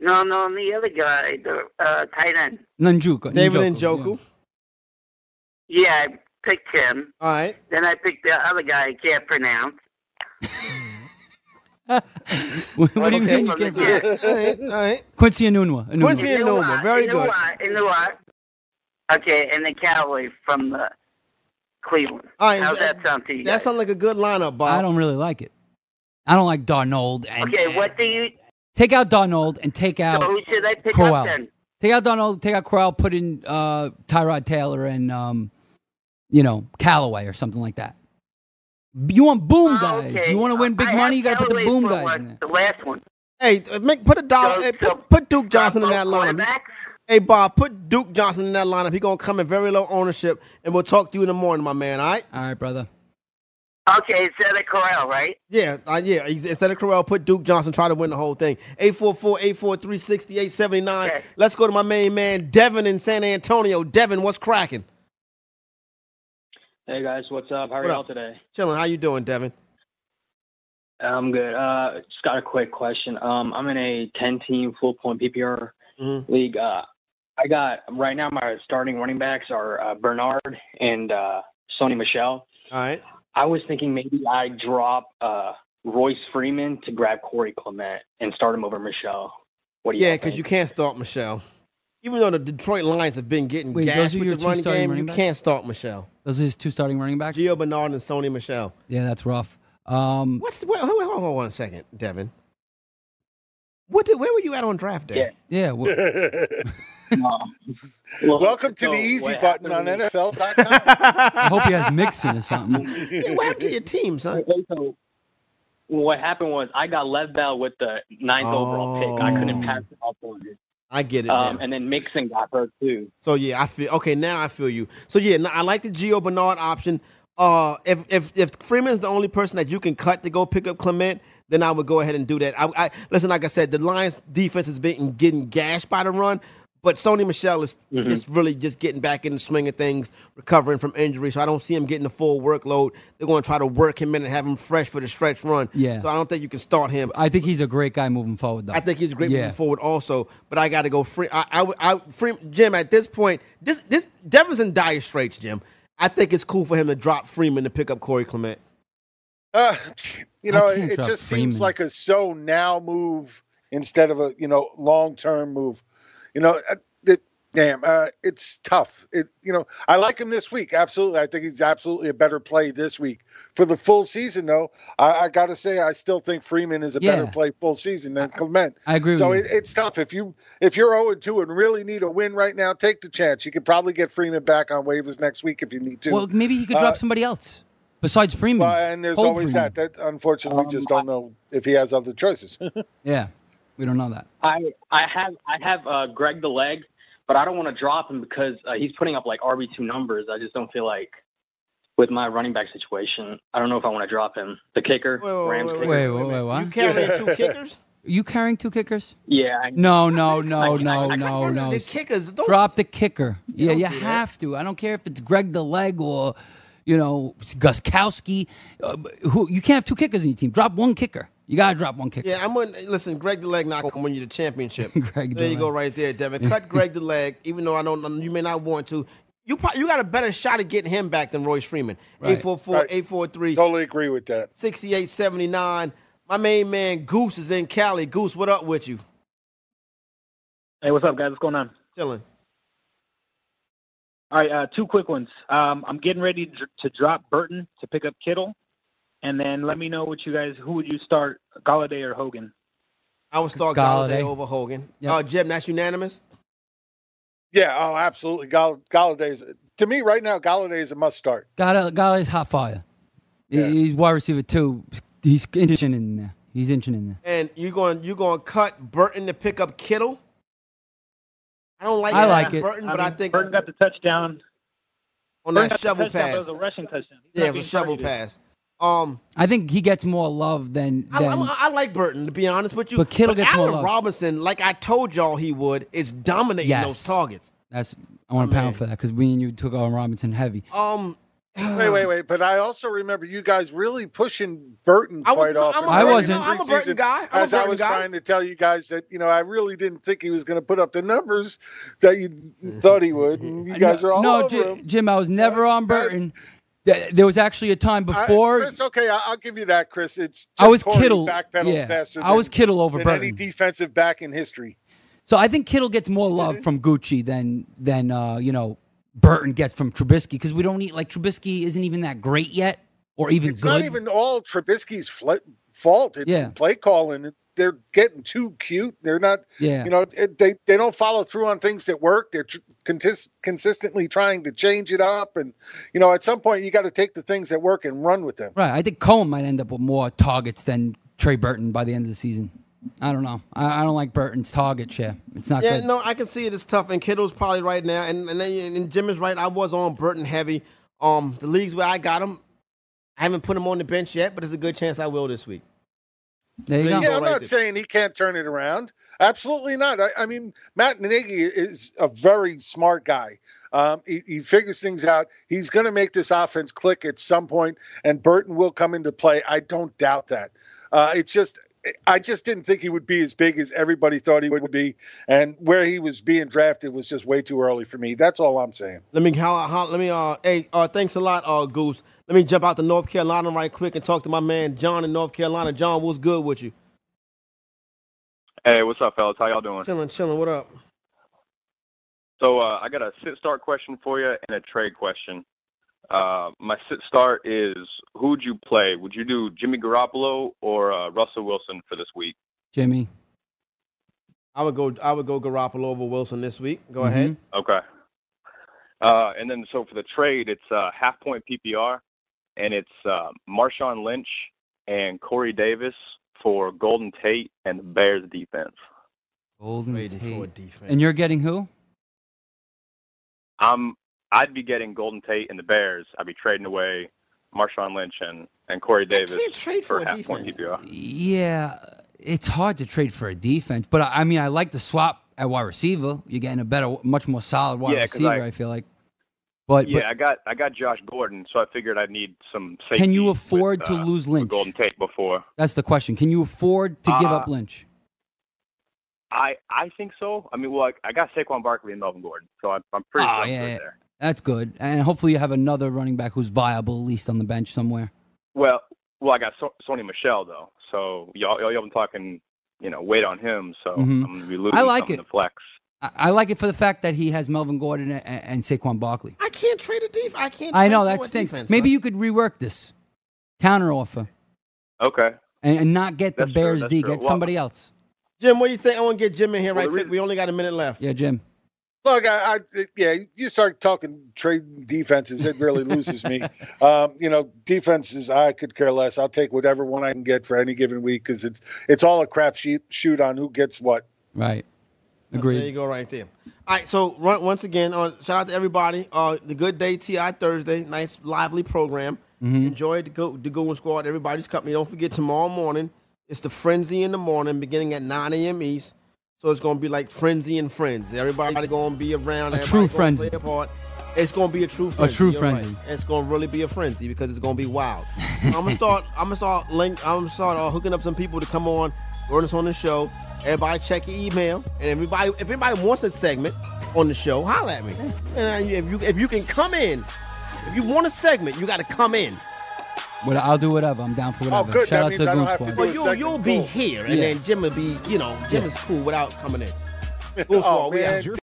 [SPEAKER 7] No, no, and the other guy, the uh tight end.
[SPEAKER 4] Nanjuko.
[SPEAKER 3] David
[SPEAKER 4] Njoku,
[SPEAKER 3] and Joku.
[SPEAKER 7] Yeah, I picked him.
[SPEAKER 3] All right.
[SPEAKER 7] Then I picked the other guy I can't pronounce.
[SPEAKER 4] yeah. what do you
[SPEAKER 3] Okay.
[SPEAKER 4] mean? You can't
[SPEAKER 7] Yeah.
[SPEAKER 4] remember?
[SPEAKER 3] All right. All right.
[SPEAKER 4] Quincy Anunua. Anunua.
[SPEAKER 3] Quincy- Ian Noma,
[SPEAKER 7] Inua,
[SPEAKER 3] very good.
[SPEAKER 7] Inua, Inua. Okay, and the Cowboy from uh, Cleveland.
[SPEAKER 3] All right.
[SPEAKER 7] How's that sound to you?
[SPEAKER 3] That
[SPEAKER 7] guys?
[SPEAKER 3] sounds like a good lineup, Bob.
[SPEAKER 4] I don't really like it. I don't like Darnold. And,
[SPEAKER 7] okay, what do you
[SPEAKER 4] Take out Darnold and take out
[SPEAKER 7] so who should I pick
[SPEAKER 4] Crowell.
[SPEAKER 7] up then?
[SPEAKER 4] Take out Darnold, take out Corral, put in uh, Tyrod Taylor and, um, you know, Callaway or something like that. You want boom
[SPEAKER 7] Oh,
[SPEAKER 4] guys.
[SPEAKER 7] okay.
[SPEAKER 4] You want to win big
[SPEAKER 7] I
[SPEAKER 4] money,
[SPEAKER 7] have
[SPEAKER 4] you got to put the
[SPEAKER 7] Callaway
[SPEAKER 4] boom
[SPEAKER 7] for
[SPEAKER 4] guys
[SPEAKER 7] what-
[SPEAKER 4] in there.
[SPEAKER 7] The last one.
[SPEAKER 3] hey, uh, make, put a dollar.
[SPEAKER 7] So-
[SPEAKER 3] hey,
[SPEAKER 7] so-
[SPEAKER 3] put, put Duke Johnson in
[SPEAKER 7] both
[SPEAKER 3] that lineup.
[SPEAKER 7] quarterbacks?
[SPEAKER 3] Hey, Bob, put Duke Johnson in that lineup. He going to come in very low ownership, and we'll talk to you in the morning, my man. All right.
[SPEAKER 4] All right, brother.
[SPEAKER 7] Okay, it's Zeta Corral, right?
[SPEAKER 3] Yeah, uh, yeah. ex- Instead of Corral, put Duke Johnson. Try to win the whole thing. 844-843-6879.
[SPEAKER 7] Okay.
[SPEAKER 3] Let's go to my main man, Devin in San Antonio. Devin, what's cracking?
[SPEAKER 9] Hey guys, what's up? How are
[SPEAKER 3] What
[SPEAKER 9] y'all
[SPEAKER 3] up?
[SPEAKER 9] today?
[SPEAKER 3] Chilling. How you doing, Devin?
[SPEAKER 9] I'm good. Uh, just got a quick question. Um, I'm in a 10-team full-point PPR
[SPEAKER 3] Mhm.
[SPEAKER 9] league. Uh, I got right now my starting running backs are uh, Bernard and uh, Sony Michelle.
[SPEAKER 3] All right.
[SPEAKER 9] I was thinking maybe I drop uh, Royce Freeman to grab Corey Clement and start him over Michelle. What do you
[SPEAKER 3] Yeah, because you can't start Michelle. Even though the Detroit Lions have been getting
[SPEAKER 4] Wait,
[SPEAKER 3] gashed
[SPEAKER 4] those are
[SPEAKER 3] with
[SPEAKER 4] your
[SPEAKER 3] the
[SPEAKER 4] two
[SPEAKER 3] running
[SPEAKER 4] starting
[SPEAKER 3] game,
[SPEAKER 4] running
[SPEAKER 3] you
[SPEAKER 4] backs?
[SPEAKER 3] can't start Michelle.
[SPEAKER 4] Those are his two starting running backs?
[SPEAKER 3] Gio Bernard and Sony Michelle.
[SPEAKER 4] Yeah, that's rough. Um,
[SPEAKER 3] What's wait, hold, hold, hold one second, Devin. What did, where were you at on draft day?
[SPEAKER 9] Yeah.
[SPEAKER 4] yeah, well,
[SPEAKER 7] Oh,
[SPEAKER 6] Welcome to the easy button on NFL.com.
[SPEAKER 4] I hope he has Mixon or something.
[SPEAKER 3] Yeah, what happened to your team, son?
[SPEAKER 9] So what happened was I got Lev Bell with the ninth overall pick. I couldn't
[SPEAKER 3] Oh.
[SPEAKER 9] pass it up on it.
[SPEAKER 3] I get it. Devin.
[SPEAKER 9] Um, and then Mixon got hurt too.
[SPEAKER 3] So yeah, I feel okay now. I feel you. So yeah, no, I like the Gio Bernard option. Uh, if if if Freeman's the only person that you can cut to go pick up Clement, then I would go ahead and do that. I, I listen, like I said, the Lions' defense has been getting gashed by the run, but Sony Michelle is just really just getting back in the swing of things, recovering from injury. So I don't see him getting the full workload. They're going to try to work him in and have him fresh for the stretch run.
[SPEAKER 4] Yeah.
[SPEAKER 3] So I don't think you can start him.
[SPEAKER 4] I think he's a great guy moving forward, though.
[SPEAKER 3] I think he's great
[SPEAKER 4] yeah.
[SPEAKER 3] moving forward also, but I got to go free. I, I, would- I free Jim at this point. This this Devin's in dire straits, Jim. I think it's cool for him to drop Freeman to pick up Corey Clement.
[SPEAKER 6] Uh, you know,
[SPEAKER 4] I can't
[SPEAKER 6] it
[SPEAKER 4] drop
[SPEAKER 6] just
[SPEAKER 4] Freeman.
[SPEAKER 6] seems like a so now move instead of a you know long term move. You know, uh, it, damn, uh, it's tough. It you know, I like him this week. Absolutely, I think he's absolutely a better play this week for the full season. Though I, I got to say, I still think Freeman is a better
[SPEAKER 4] Yeah.
[SPEAKER 6] play full season than Clement.
[SPEAKER 4] I agree
[SPEAKER 6] So
[SPEAKER 4] with
[SPEAKER 6] it,
[SPEAKER 4] you.
[SPEAKER 6] it's tough if you if you're zero two and really need a win right now. Take the chance. You could probably get Freeman back on waivers next week if you need to.
[SPEAKER 4] Well, maybe he could drop somebody else besides Freeman.
[SPEAKER 6] Well, and there's
[SPEAKER 4] Hold
[SPEAKER 6] always
[SPEAKER 4] Freeman. Um,
[SPEAKER 6] that. That unfortunately, we just don't know if he has other choices.
[SPEAKER 4] Yeah. We don't know that.
[SPEAKER 9] I I have I have uh, Greg the leg, but I don't want to drop him because uh, he's putting up like RB two numbers. I just don't feel like with my running back situation. I don't know if I want to drop him. The kicker, Rams
[SPEAKER 4] Oh, wait,
[SPEAKER 9] kicker.
[SPEAKER 4] wait, wait, what?
[SPEAKER 3] kickers?
[SPEAKER 4] You carrying two kickers?
[SPEAKER 9] Yeah. I,
[SPEAKER 4] No, no, no, no,
[SPEAKER 9] I- I-
[SPEAKER 4] no, no.
[SPEAKER 9] the
[SPEAKER 3] kickers.
[SPEAKER 4] Drop the kicker. Yeah,
[SPEAKER 3] don't
[SPEAKER 4] you
[SPEAKER 3] do that.
[SPEAKER 4] have to. I don't care if it's Greg the leg or, you know, Guskowski. Uh, who you can't have two kickers in your team. Drop one kicker. You gotta drop one kicker.
[SPEAKER 3] Yeah, I'm going listen. Greg the leg not gonna win you the championship.
[SPEAKER 4] Greg
[SPEAKER 3] there
[SPEAKER 4] the
[SPEAKER 3] you go, right there, Devin. Cut Greg the leg, even though I don't. You may not want to. You probably, you got a better shot at getting him back than Royce Freeman.
[SPEAKER 6] Right.
[SPEAKER 3] 844,
[SPEAKER 6] Right.
[SPEAKER 3] 843.
[SPEAKER 6] Totally agree with that.
[SPEAKER 3] 6879. My main man Goose is in Cali. Goose, what up with you?
[SPEAKER 10] Hey, what's up, guys? What's going on?
[SPEAKER 3] Chilling.
[SPEAKER 10] All right, uh, two quick ones. Um, I'm getting ready to, to drop Burton to pick up Kittle, and then let me know what you guys. Who would you start, Galladay or Hogan?
[SPEAKER 3] I would start Galladay,
[SPEAKER 10] Galladay.
[SPEAKER 3] over Hogan. Uh, Jim, that's unanimous.
[SPEAKER 6] Yeah, oh, absolutely. Gall- Galladay's to me right now. Galladay is a must start.
[SPEAKER 4] Gotta gotta is hot fire. He- He's wide receiver too. He's inching in there. He's inching in there.
[SPEAKER 3] And you're going you're going to cut Burton to pick up Kittle. I don't like
[SPEAKER 4] I
[SPEAKER 3] that
[SPEAKER 4] like
[SPEAKER 3] for
[SPEAKER 4] it.
[SPEAKER 3] Burton,
[SPEAKER 10] I
[SPEAKER 3] but I
[SPEAKER 10] mean,
[SPEAKER 3] think
[SPEAKER 10] Burton got the touchdown Burton
[SPEAKER 3] on that
[SPEAKER 10] got the
[SPEAKER 3] shovel
[SPEAKER 10] touchdown, but It
[SPEAKER 3] pass.
[SPEAKER 10] was a rushing touchdown. He's
[SPEAKER 3] Yeah,
[SPEAKER 10] not
[SPEAKER 3] it was
[SPEAKER 10] being
[SPEAKER 3] a shovel
[SPEAKER 10] targeted.
[SPEAKER 3] pass. Um,
[SPEAKER 4] I think he gets more love than.
[SPEAKER 3] I,
[SPEAKER 4] than
[SPEAKER 3] I, I like Burton to be honest with you.
[SPEAKER 4] But Kittle gets more
[SPEAKER 3] Allen
[SPEAKER 4] love.
[SPEAKER 3] Robinson, like I told y'all he would, is dominating
[SPEAKER 4] Yes.
[SPEAKER 3] those targets.
[SPEAKER 4] that's I want to pound for that because we and you took on Robinson heavy.
[SPEAKER 3] Um,
[SPEAKER 6] wait, wait, wait. But I also remember you guys really pushing Burton quite often.
[SPEAKER 4] I'm a I Burton- wasn't.
[SPEAKER 3] I'm a Burton
[SPEAKER 6] preseason,
[SPEAKER 3] guy. I'm a
[SPEAKER 6] as I
[SPEAKER 3] Burton
[SPEAKER 6] was
[SPEAKER 3] guy.
[SPEAKER 6] trying to tell you guys that you know I really didn't think he was going to put up the numbers that you thought he would. And you guys
[SPEAKER 4] no,
[SPEAKER 6] are all
[SPEAKER 4] no,
[SPEAKER 6] over
[SPEAKER 4] Ji-
[SPEAKER 6] him.
[SPEAKER 4] Jim. I was never on Burton. Th- There was actually a time before.
[SPEAKER 6] I, Chris, okay, I, I'll give you that, Chris. It's just
[SPEAKER 4] I was
[SPEAKER 6] Torrey
[SPEAKER 4] Kittle,
[SPEAKER 6] Backpedals
[SPEAKER 4] yeah.
[SPEAKER 6] faster
[SPEAKER 4] I was
[SPEAKER 6] than-
[SPEAKER 4] Kittle over
[SPEAKER 6] than any
[SPEAKER 4] Burton.
[SPEAKER 6] defensive back in history.
[SPEAKER 4] So I think Kittle gets more love from Gucci than than uh, you know Burton gets from Trubisky because we don't need like Trubisky isn't even that great yet or even
[SPEAKER 6] It's
[SPEAKER 4] good.
[SPEAKER 6] not even all Trubisky's fl- fault. It's
[SPEAKER 4] Yeah.
[SPEAKER 6] play calling. It- They're getting too cute. They're not.
[SPEAKER 4] Yeah.
[SPEAKER 6] You know, it, they they don't follow through on things that work. They're tr- contis- consistently trying to change it up, and you know, at some point, you got to take the things that work and run with them.
[SPEAKER 4] right. I think Cohen might end up with more targets than Trey Burton by the end of the season. I don't know. I, I don't like Burton's target share. It's not
[SPEAKER 3] yeah,
[SPEAKER 4] good.
[SPEAKER 3] no, I can see it. It's tough, and Kittle's probably right now, and and, then- and Jim is right. I was on Burton heavy. Um, the leagues where I got him, I haven't put him on the bench yet, but it's a good chance I will this week.
[SPEAKER 4] There you go.
[SPEAKER 6] Yeah, I'm not saying he can't turn it around. Absolutely not. I, I mean, Matt Nagy is a very smart guy. Um, he, he figures things out. He's going to make this offense click at some point, and Burton will come into play. I don't doubt that. Uh, it's just. I just didn't think he would be as big as everybody thought he would be, and where he was being drafted was just way too early for me. That's all I'm saying.
[SPEAKER 3] Let me how, how let me uh hey uh thanks a lot uh Goose. Let me jump out to North Carolina right quick and talk to my man John in North Carolina. John, what's good with you?
[SPEAKER 11] Hey, what's up, fellas? How y'all doing?
[SPEAKER 3] Chilling, chilling. What up?
[SPEAKER 11] So uh, I got a sit start question for you and a trade question. Uh, my sit start is who'd you play? Would you do Jimmy Garoppolo or uh, Russell Wilson for this week?
[SPEAKER 4] Jimmy.
[SPEAKER 3] I would go I would go Garoppolo over Wilson this week. Go
[SPEAKER 4] Mm-hmm.
[SPEAKER 3] ahead.
[SPEAKER 11] Okay. Uh, and then so for the trade, it's uh, half point PPR, and it's uh, Marshawn Lynch and Corey Davis for Golden Tate and the Bears defense.
[SPEAKER 4] Golden
[SPEAKER 3] Trading for
[SPEAKER 4] Tate.
[SPEAKER 3] defense.
[SPEAKER 4] And you're getting who?
[SPEAKER 11] I'm I'd be getting Golden Tate and the Bears. I'd be trading away Marshawn Lynch and, and Corey Davis
[SPEAKER 3] trade
[SPEAKER 11] for,
[SPEAKER 3] for a
[SPEAKER 11] half point PPR.
[SPEAKER 4] Yeah, it's hard to trade for a defense, but I, I mean, I like the swap at wide receiver. You're getting a better, much more solid wide
[SPEAKER 11] Yeah, 'cause
[SPEAKER 4] receiver. I,
[SPEAKER 11] I-
[SPEAKER 4] feel like. But,
[SPEAKER 11] yeah,
[SPEAKER 4] but
[SPEAKER 11] I got I got Josh Gordon, so I figured I'd need some safety.
[SPEAKER 4] can you afford
[SPEAKER 11] uh,
[SPEAKER 4] to lose
[SPEAKER 11] with
[SPEAKER 4] Lynch?
[SPEAKER 11] Golden Tate before?
[SPEAKER 4] That's the question. Can you afford to give
[SPEAKER 11] Uh,
[SPEAKER 4] up Lynch?
[SPEAKER 11] I I think so. I mean, well, I, I got Saquon Barkley and Melvin Gordon, so I'm, I'm pretty
[SPEAKER 4] Oh,
[SPEAKER 11] sure
[SPEAKER 4] yeah, yeah.
[SPEAKER 11] there.
[SPEAKER 4] that's good. And hopefully, you have another running back who's viable, at least on the bench somewhere.
[SPEAKER 11] Well, well, I got so- Sony Michelle though, so y'all y'all been talking, you know, wait on him. So
[SPEAKER 4] Mhm.
[SPEAKER 11] I'm gonna be losing
[SPEAKER 4] I like
[SPEAKER 11] something
[SPEAKER 4] it.
[SPEAKER 11] to flex.
[SPEAKER 4] I, I like it for the fact that he has Melvin Gordon and, and Saquon Barkley.
[SPEAKER 3] I can't trade a def I can't
[SPEAKER 4] I
[SPEAKER 3] trade
[SPEAKER 4] know
[SPEAKER 3] for
[SPEAKER 4] that
[SPEAKER 3] a
[SPEAKER 4] stinks.
[SPEAKER 3] defense,
[SPEAKER 4] Maybe
[SPEAKER 3] son.
[SPEAKER 4] you could rework this counter offer
[SPEAKER 11] Okay.
[SPEAKER 4] and, and not get the
[SPEAKER 3] That's true,
[SPEAKER 4] Bears
[SPEAKER 3] that's
[SPEAKER 4] D.
[SPEAKER 3] true.
[SPEAKER 4] Get
[SPEAKER 3] Well,
[SPEAKER 4] somebody else.
[SPEAKER 3] Jim, what do you think? I want to get Jim in here
[SPEAKER 4] Well,
[SPEAKER 3] right
[SPEAKER 4] the
[SPEAKER 3] quick. We only got a minute left.
[SPEAKER 4] Yeah, Jim.
[SPEAKER 6] Look, I, I yeah, you start talking trade defenses, it really loses me. Um, you know, defenses, I could care less. I'll take whatever one I can get for any given week because it's it's all a crap sheet, shoot on who gets what.
[SPEAKER 4] Right.
[SPEAKER 3] There you go, right there. All right, so run, once again, uh, shout out to everybody. Uh, the Good Day Ti Thursday, nice lively program.
[SPEAKER 4] Mhm.
[SPEAKER 3] Enjoy the go the Golden Squad, everybody's company. Don't forget tomorrow morning. It's the frenzy in the morning, beginning at 9 a.m. East. So it's gonna be like frenzy and friends. Everybody gonna be around.
[SPEAKER 4] A
[SPEAKER 3] everybody
[SPEAKER 4] true
[SPEAKER 3] gonna
[SPEAKER 4] frenzy.
[SPEAKER 3] Play a part. It's gonna be a true frenzy.
[SPEAKER 4] true
[SPEAKER 3] you're right.
[SPEAKER 4] frenzy.
[SPEAKER 3] It's gonna really be a frenzy because it's gonna be wild. I'm gonna start. I'm gonna start link. I'm gonna start uh, hooking up some people to come on, join us on the show. Everybody check your email, and everybody if anybody wants a segment on the show, holla at me. And I, if you if you can come in, if you want a segment, you got to come in.
[SPEAKER 4] What, I'll do whatever. I'm down for
[SPEAKER 3] Oh,
[SPEAKER 4] whatever.
[SPEAKER 3] good.
[SPEAKER 4] Shout
[SPEAKER 3] That
[SPEAKER 4] out
[SPEAKER 3] means
[SPEAKER 4] to
[SPEAKER 3] I
[SPEAKER 4] the
[SPEAKER 3] don't
[SPEAKER 4] Goon
[SPEAKER 3] have to
[SPEAKER 4] Squad.
[SPEAKER 3] do a Well, you'll- segment. you'll be here, and then Jim will be, you know, Jim
[SPEAKER 4] Yeah.
[SPEAKER 3] Oh, is cool without coming in. Goon Squad, we out.